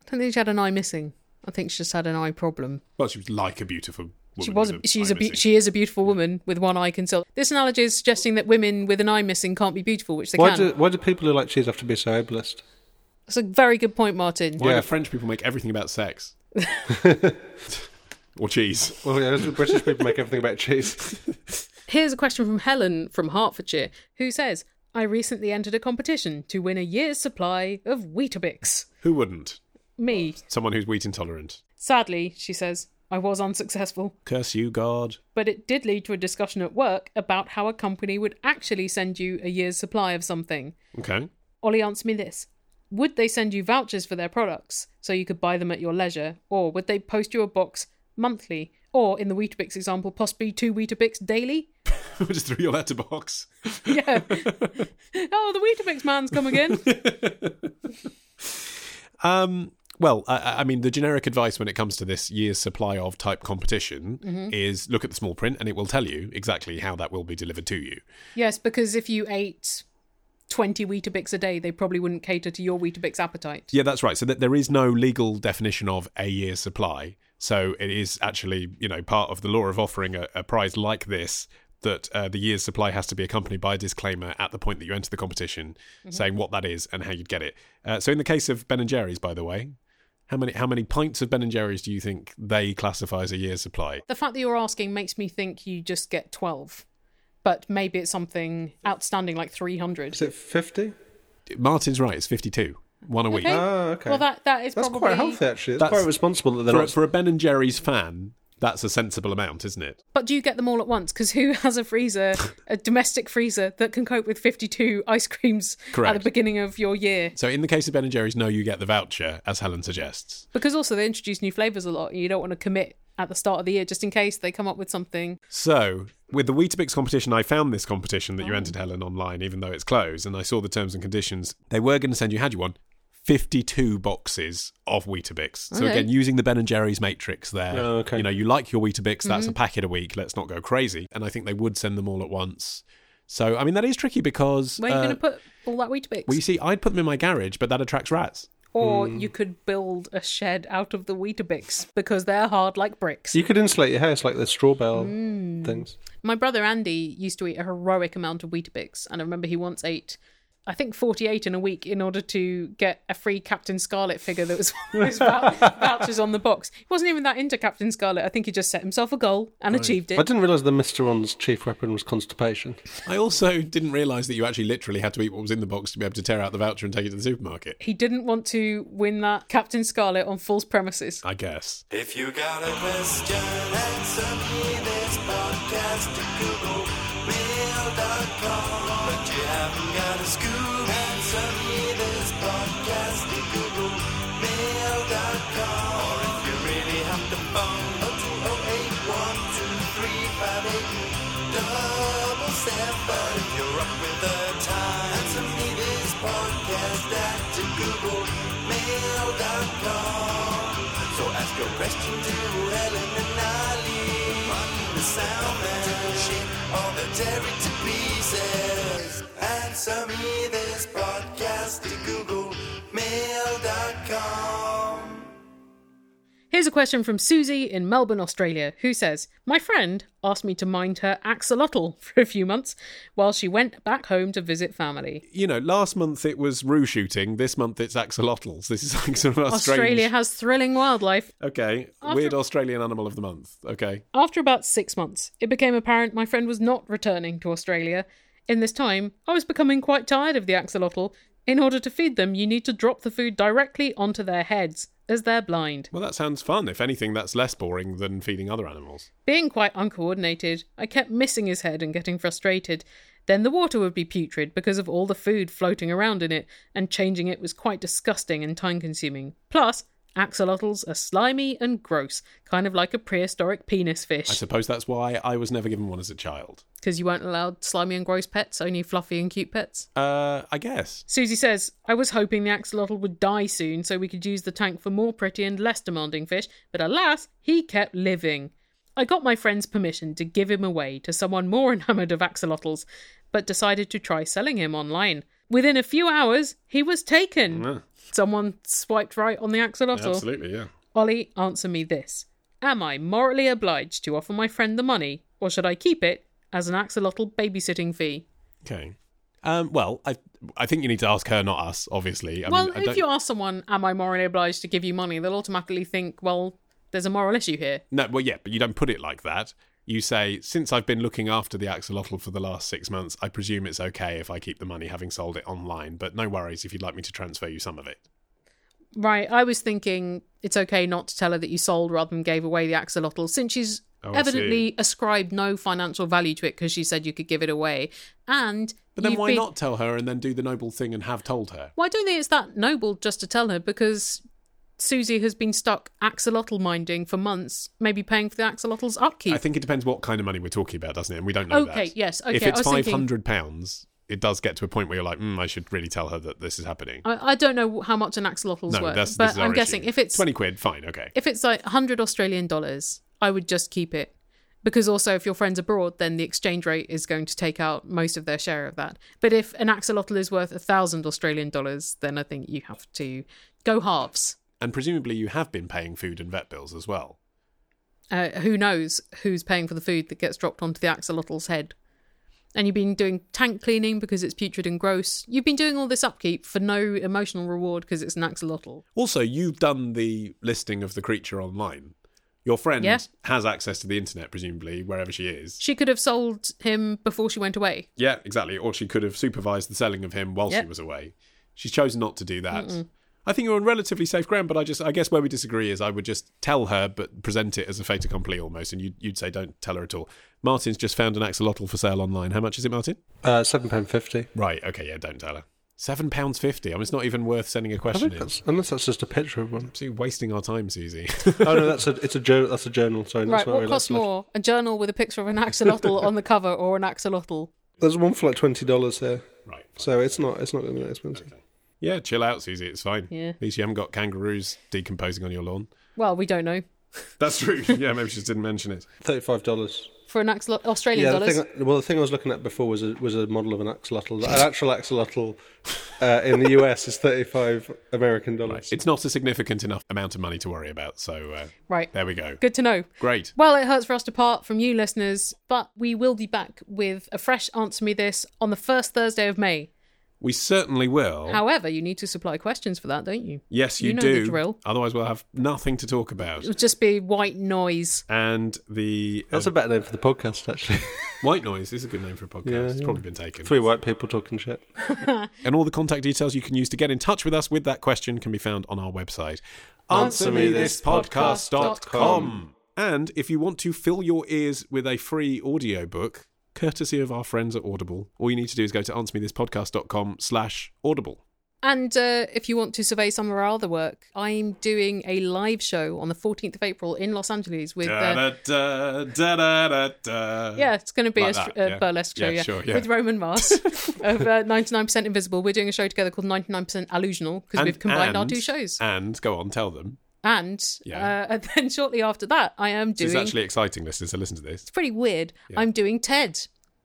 Speaker 2: I don't think she had an eye missing. I think she just had an eye problem.
Speaker 1: Well, she was like a beautiful woman.
Speaker 2: She was.
Speaker 1: with
Speaker 2: A, she's a.
Speaker 1: eye
Speaker 2: Be-
Speaker 1: missing.
Speaker 2: she is a beautiful woman with one eye concealed. This analogy is suggesting that women with an eye missing can't be beautiful, which they
Speaker 4: Why
Speaker 2: can.
Speaker 4: do, why do people who like cheese have to be so ableist?
Speaker 2: That's a very good point, Martin.
Speaker 1: Why
Speaker 4: Yeah.
Speaker 1: do French people make everything about sex? or cheese?
Speaker 4: Well, yeah, that's what British people make everything about cheese.
Speaker 2: Here's a question from Helen from Hertfordshire, who says, "I recently entered a competition to win a year's supply of Weetabix."
Speaker 1: Who wouldn't?
Speaker 2: Me,
Speaker 1: Someone who's wheat intolerant.
Speaker 2: Sadly, she says, I was unsuccessful,
Speaker 1: Curse you, God.
Speaker 2: but it did lead to a discussion at work about how a company would actually send you a year's supply of something.
Speaker 1: Okay.
Speaker 2: Ollie answered me this Would they send you vouchers for their products so you could buy them at your leisure, or would they post you a box monthly, or in the Weetabix example, possibly two Weetabix daily?
Speaker 1: Just through your letterbox.
Speaker 2: Yeah. oh, the Weetabix man's come again.
Speaker 1: Um, well, I- I, I mean, the generic advice when it comes to this year's supply of type competition is look at the small print and it will tell you exactly how that will be delivered to you.
Speaker 2: yes, because if you ate 20 Weetabix a day, they probably wouldn't cater to your Weetabix appetite.
Speaker 1: Yeah, that's right. So that there is no legal definition of a year's supply. So it is actually, you know, part of the law of offering a, a prize like this that uh, the year's supply has to be accompanied by a disclaimer at the point that you enter the competition, saying what that is and how you'd get it. Uh, so in the case of Ben and Jerry's, by the way, how many how many pints of Ben and Jerry's do you think they classify as a year's supply?
Speaker 2: The fact that you're asking makes me think you just get 12, but maybe it's something outstanding like 300.
Speaker 4: Is it 50?
Speaker 1: Martin's right. It's fifty-two, one a week.
Speaker 2: Okay.
Speaker 4: Oh, okay.
Speaker 2: Well, that, that is
Speaker 4: that's
Speaker 2: probably.
Speaker 4: quite healthy, actually. It's
Speaker 1: That's-
Speaker 4: quite responsible that they're
Speaker 1: For, a-
Speaker 4: not.
Speaker 1: for a Ben and Jerry's fan, that's a sensible amount, isn't it?
Speaker 2: But do you get them all at once? Because who has a freezer, a domestic freezer, that can cope with 52 ice creams at
Speaker 1: Correct.
Speaker 2: the beginning of your year?
Speaker 1: So in the case of Ben and Jerry's, no, you get the voucher, as Helen suggests.
Speaker 2: Because also they introduce new flavours a lot, and you don't want to commit at the start of the year just in case they come up with something.
Speaker 1: So, with the Weetabix competition, I found this competition
Speaker 2: Oh.
Speaker 1: that you entered, Helen, online, even though it's closed, and I saw the terms and conditions. They were going to send you, had you one, 52 boxes of Weetabix. So,
Speaker 2: Okay.
Speaker 1: again, using the Ben and Jerry's matrix there.
Speaker 4: Oh, okay.
Speaker 1: You know, you like your Weetabix,
Speaker 2: Mm-hmm.
Speaker 1: that's a packet a week, let's not go crazy. And I think they would send them all at once. So, I mean, that is tricky because.
Speaker 2: Where are you
Speaker 1: uh,
Speaker 2: going to put all that Weetabix?
Speaker 1: Well, you see, I'd put them in my garage, but that attracts rats.
Speaker 2: or
Speaker 1: Mm.
Speaker 2: you could build a shed out of the Weetabix because they're hard like bricks.
Speaker 4: You could insulate your house like the straw bale
Speaker 2: Mm.
Speaker 4: things.
Speaker 2: My brother Andy used to eat a heroic amount of Weetabix, and I remember he once ate, I think, 48 in a week in order to get a free Captain Scarlet figure that was one of those vou- vouchers on the box. He wasn't even that into Captain Scarlet. I think he just set himself a goal and achieved it.
Speaker 4: I didn't realise the Mr. On's chief weapon was constipation.
Speaker 1: I also didn't realise that you actually literally had to eat what was in the box to be able to tear out the voucher and take it to the supermarket.
Speaker 2: he didn't want to win that Captain Scarlet on false premises.
Speaker 1: I guess.
Speaker 8: If you got a question, answer me this podcast at googlemail.com. But you haven't got a scoop, answer me this podcast at googlemail.com. Or if you really have to phone, 0208 double seven. If you're up with the time, answer me this podcast at googlemail.com. So ask your question to Helen and Ali. Martin the Salmon. Shit all the Terry to pieces. Answer me this podcast at googlemail.com.
Speaker 2: Here's a question from Susie in Melbourne, Australia, who says My friend asked me to mind her axolotl for a few months while she went back home to visit family.
Speaker 1: You know, last month it was roo shooting. This month it's axolotls. This is like some of our strange-
Speaker 2: Australia has thrilling wildlife.
Speaker 1: Okay, weird Australian animal of the month. Okay,
Speaker 2: After about six months, it became apparent my friend was not returning to Australia. In this time, I was becoming quite tired of the axolotl. In order to feed them, you need to drop the food directly onto their heads, as they're blind.
Speaker 1: Well, that sounds fun. If anything, that's less boring than feeding other animals.
Speaker 2: Being quite uncoordinated, I kept missing his head and getting frustrated. Then the water would be putrid because of all the food floating around in it, and changing it was quite disgusting and time consuming. Plus, axolotls are slimy and gross, kind of like a prehistoric penis
Speaker 1: I
Speaker 2: fish.
Speaker 1: suppose that's why I was never given one as a child.
Speaker 2: Because you weren't allowed slimy and gross pets, only fluffy and cute pets.
Speaker 1: Uh, I guess.
Speaker 2: Susie says, I was hoping the axolotl would die soon so we could use the tank for more pretty and less demanding fish, but alas, he kept living. I got my friend's permission to give him away to someone more enamoured of axolotls, but decided to try selling him online. Within a few hours, he was taken.
Speaker 1: Yeah.
Speaker 2: Someone swiped right on the axolotl.
Speaker 1: Absolutely, yeah.
Speaker 2: Ollie, answer me this. Am I morally obliged to offer my friend the money, or should I keep it as an axolotl babysitting fee?
Speaker 1: Okay. Um, well, I I think you need to ask her, not us, obviously. I
Speaker 2: well,
Speaker 1: mean, I
Speaker 2: if
Speaker 1: don't-
Speaker 2: you ask someone, "Am I morally obliged to give you money?" they'll automatically think, "Well, there's a moral issue here."
Speaker 1: No, well, yeah, but you don't put it like that. You say, since I've been looking after the axolotl for the last six months, I presume it's okay if I keep the money having sold it online, but no worries if you'd like me to transfer you some of it.
Speaker 2: Right? I was thinking it's okay not to tell her that you sold rather than gave away the axolotl, since she's
Speaker 1: Oh, I
Speaker 2: evidently ascribed no financial value to it because she said you could give it away, and
Speaker 1: But then
Speaker 2: you've
Speaker 1: why
Speaker 2: been-
Speaker 1: not tell her and then do the noble thing and have told her?
Speaker 2: Well, I don't think it's that noble just to tell her because. Susie has been stuck axolotl minding for months, maybe paying for the axolotl's upkeep.
Speaker 1: I think it depends what kind of money we're talking about, doesn't it? And we don't know
Speaker 2: Okay,
Speaker 1: that.
Speaker 2: yes, okay,
Speaker 1: If
Speaker 2: I
Speaker 1: it's
Speaker 2: was thinking-
Speaker 1: £500, pounds, it does get to a point where you're like, mm, I should really tell her that this is happening.
Speaker 2: I, I don't know how much an axolotl's
Speaker 1: no,
Speaker 2: worth,
Speaker 1: that's, this
Speaker 2: but
Speaker 1: is our
Speaker 2: I'm guessing
Speaker 1: issue.
Speaker 2: if it's
Speaker 1: 20 quid, fine, okay.
Speaker 2: if it's like 100 Australian dollars, I would just keep it. Because also, if your friend's abroad, then the exchange rate is going to take out most of their share of that. But if an axolotl is worth a thousand Australian dollars, then I think you have to go halves.
Speaker 1: And presumably you have been paying food and vet bills as well.
Speaker 2: Uh, who knows who's paying for the food that gets dropped onto the axolotl's head? And you've been doing tank cleaning because it's putrid and gross. You've been doing all this upkeep for no emotional reward because it's an axolotl.
Speaker 1: Also, you've done the listing of the creature online. Your friend
Speaker 2: Yeah.
Speaker 1: has access to the internet, presumably, wherever she is.
Speaker 2: She could have sold him before she went away.
Speaker 1: Yeah, exactly. Or she could have supervised the selling of him while
Speaker 2: Yep.
Speaker 1: she was away. She's chosen not to do that. I think you're on relatively safe ground, but I just I guess where we disagree is I would just tell her but present it as a fait accompli almost, and you'd, you'd say don't tell her at all. Martin's just found an axolotl for sale online. How much is it, Martin?
Speaker 4: Uh, Seven pound fifty.
Speaker 1: Right, okay, yeah, don't tell her. Seven pounds fifty. I mean, it's not even worth sending a
Speaker 4: I
Speaker 1: question
Speaker 4: think
Speaker 1: in.
Speaker 4: that's unless that's just a picture of one.
Speaker 1: Absolutely wasting our time, Susie.
Speaker 4: Oh no, that's a it's a journal. That's a journal. Sorry, that's
Speaker 2: Right,
Speaker 4: not
Speaker 2: what
Speaker 4: real,
Speaker 2: costs
Speaker 4: that's left.
Speaker 2: more? A journal with a picture of an axolotl on the cover or an axolotl?
Speaker 4: There's one for like twenty dollars here,
Speaker 1: right.
Speaker 4: so it's not it's not going to be that expensive.
Speaker 1: Yeah, chill out, Susie. It's fine.
Speaker 2: Yeah.
Speaker 1: At least you haven't got kangaroos decomposing on your lawn.
Speaker 2: Well, we don't know.
Speaker 1: That's true. yeah, maybe she just didn't mention it.
Speaker 4: Thirty-five dollars.
Speaker 2: For an axolotl, Australian
Speaker 4: Yeah, the
Speaker 2: dollars.
Speaker 4: thing. Well, the thing I was looking at before was a, was a model of an axolotl. An actual axolotl uh, in the US is thirty-five American dollars.
Speaker 1: It's not a significant enough amount of money to worry about. So uh,
Speaker 2: Right.
Speaker 1: there we go.
Speaker 2: Good to know.
Speaker 1: Great.
Speaker 2: Well, it hurts for us to part from you, listeners, but we will be back with a fresh Answer Me This on the first Thursday of May.
Speaker 1: We certainly will.
Speaker 2: However, you need to supply questions for that, don't you?
Speaker 1: yes, you,
Speaker 2: you know
Speaker 1: do.
Speaker 2: the drill.
Speaker 1: Otherwise, we'll have nothing to talk about.
Speaker 2: It'll just be white noise.
Speaker 1: And the uh,
Speaker 4: That's a better name for the podcast, actually.
Speaker 1: white noise is a good name for a podcast.
Speaker 4: Yeah,
Speaker 1: it's
Speaker 4: yeah.
Speaker 1: probably been taken.
Speaker 4: Three white people talking shit.
Speaker 1: And all the contact details you can use to get in touch with us with that question can be found on our website. AnswerMeThisPodcast.com. And if you want to fill your ears with a free audiobook, courtesy of our friends at Audible, all you need to do is go to answermethispodcast.com slash audible.
Speaker 2: And uh, if you want to survey some of our other work, I'm doing a live show on the 14th of April in Los Angeles with. Uh, Yeah, it's going to be
Speaker 1: Like
Speaker 2: a, str-
Speaker 1: that,
Speaker 2: a
Speaker 1: yeah.
Speaker 2: burlesque show,
Speaker 1: Yeah,
Speaker 2: yeah,
Speaker 1: sure, yeah.
Speaker 2: with Roman Mars of uh, 99% Invisible. We're doing a show together called 99% Allusional because
Speaker 1: And-
Speaker 2: we've combined our
Speaker 1: and-
Speaker 2: two shows.
Speaker 1: And go on, tell them.
Speaker 2: And,
Speaker 1: Yeah.
Speaker 2: uh, and then shortly after that, I am
Speaker 1: This
Speaker 2: doing.
Speaker 1: is actually exciting, listeners, so listen to this.
Speaker 2: it's pretty weird. I'm doing TED.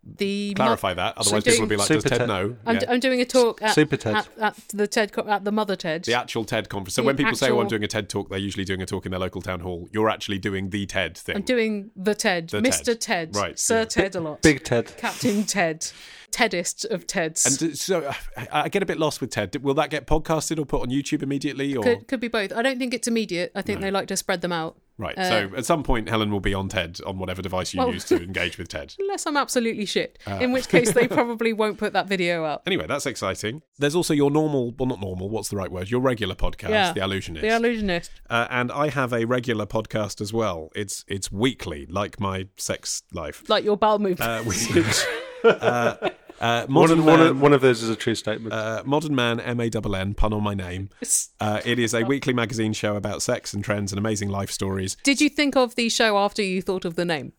Speaker 2: The
Speaker 1: Clarify
Speaker 2: mo-
Speaker 1: that,
Speaker 2: So
Speaker 1: otherwise
Speaker 2: doing-
Speaker 1: people will be like, does
Speaker 4: Super
Speaker 1: Ted
Speaker 4: Ted.
Speaker 1: know?
Speaker 2: I'm,
Speaker 1: Yeah.
Speaker 2: I'm doing a talk at,
Speaker 4: Super TED.
Speaker 2: at, at the TED co- at the Mother TED.
Speaker 1: The actual TED conference. So
Speaker 2: The
Speaker 1: when people say, "Oh, I'm
Speaker 2: actual-
Speaker 1: doing a TED talk," they're usually doing a talk in their local town hall. You're actually doing the TED thing.
Speaker 2: I'm doing the TED,
Speaker 1: The
Speaker 2: Mr.
Speaker 1: TED.
Speaker 2: TED,
Speaker 1: Right,
Speaker 2: Sir
Speaker 1: yeah.
Speaker 2: TED a lot,
Speaker 4: Big Ted.
Speaker 2: Captain TED, TEDist of TEDs.
Speaker 1: and d- so uh, I I get a bit lost with TED. Will that get podcasted or put on YouTube immediately? Or
Speaker 2: could, could be both. I don't think it's immediate. I think they like to spread them out.
Speaker 1: Right. so at some point, Helen will be on TED on whatever device you
Speaker 2: uh, Well-
Speaker 1: use to engage with TED.
Speaker 2: Unless I'm absolutely shit,
Speaker 1: Ah.
Speaker 2: in which case they probably won't put that video up.
Speaker 1: Anyway, that's exciting. There's also your normal, well, not normal, what's the right word? Your regular podcast,
Speaker 2: Yeah.
Speaker 1: The Allusionist.
Speaker 2: The Illusionist.
Speaker 1: uh, and I have a regular podcast as well. It's it's weekly, like my sex life.
Speaker 2: Like your bowel movement.
Speaker 1: Uh, which, uh, uh,
Speaker 4: One
Speaker 1: modern,
Speaker 4: of, one,
Speaker 1: man,
Speaker 4: of, one of those is a true statement.
Speaker 1: uh, modern man, M A N N, pun on my name. Uh, it is a weekly magazine show about sex and trends and amazing life stories.
Speaker 2: Did you think of the show after you thought of the name?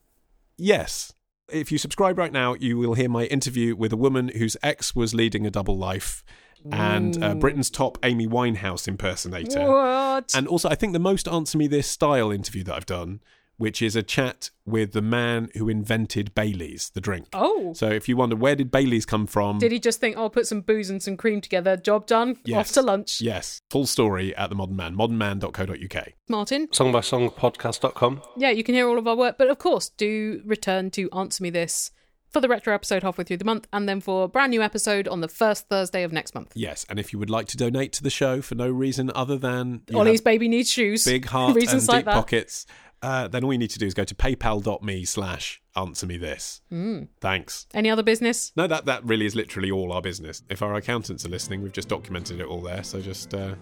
Speaker 1: Yes. If you subscribe right now, you will hear my interview with a woman whose ex was leading a double life and uh, Britain's top Amy Winehouse impersonator.
Speaker 2: Mm. What?
Speaker 1: uh, And also, I think the most Answer Me This style interview that I've done, which is a chat with the man who invented Bailey's, the drink.
Speaker 2: oh.
Speaker 1: So if you wonder where did Bailey's come from,
Speaker 2: Did he just think, oh, I'll put some booze and some cream together, job done,
Speaker 1: Yes.
Speaker 2: off to lunch?
Speaker 1: yes, full story at the Modern Man, modernman.co.uk.
Speaker 2: Martin?
Speaker 4: song by song podcast.com.
Speaker 2: Yeah, you can hear all of our work. But of course, do return to Answer Me This for the retro episode halfway through the month and then for a brand new episode on the first Thursday of next month.
Speaker 1: Yes, and if you would like to donate to the show for no reason other than you
Speaker 2: Ollie's
Speaker 1: have
Speaker 2: baby needs shoes.
Speaker 1: big heart
Speaker 2: Reasons
Speaker 1: and
Speaker 2: like
Speaker 1: deep
Speaker 2: that.
Speaker 1: pockets, uh, then all you need to do is go to paypal.me slash answer me this.
Speaker 2: Hmm.
Speaker 1: Thanks.
Speaker 2: Any other business?
Speaker 1: No, that, that really is literally all our business. If our accountants are listening, we've just documented it all there. So just uh,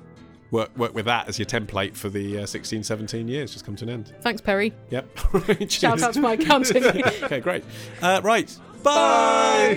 Speaker 1: work work with that as your template for the uh, 16, 17 years. Just come to an end.
Speaker 2: Thanks, Perry.
Speaker 1: Yep. Cheers.
Speaker 2: Shout out to my accountant.
Speaker 1: okay, great. Uh, right. Bye.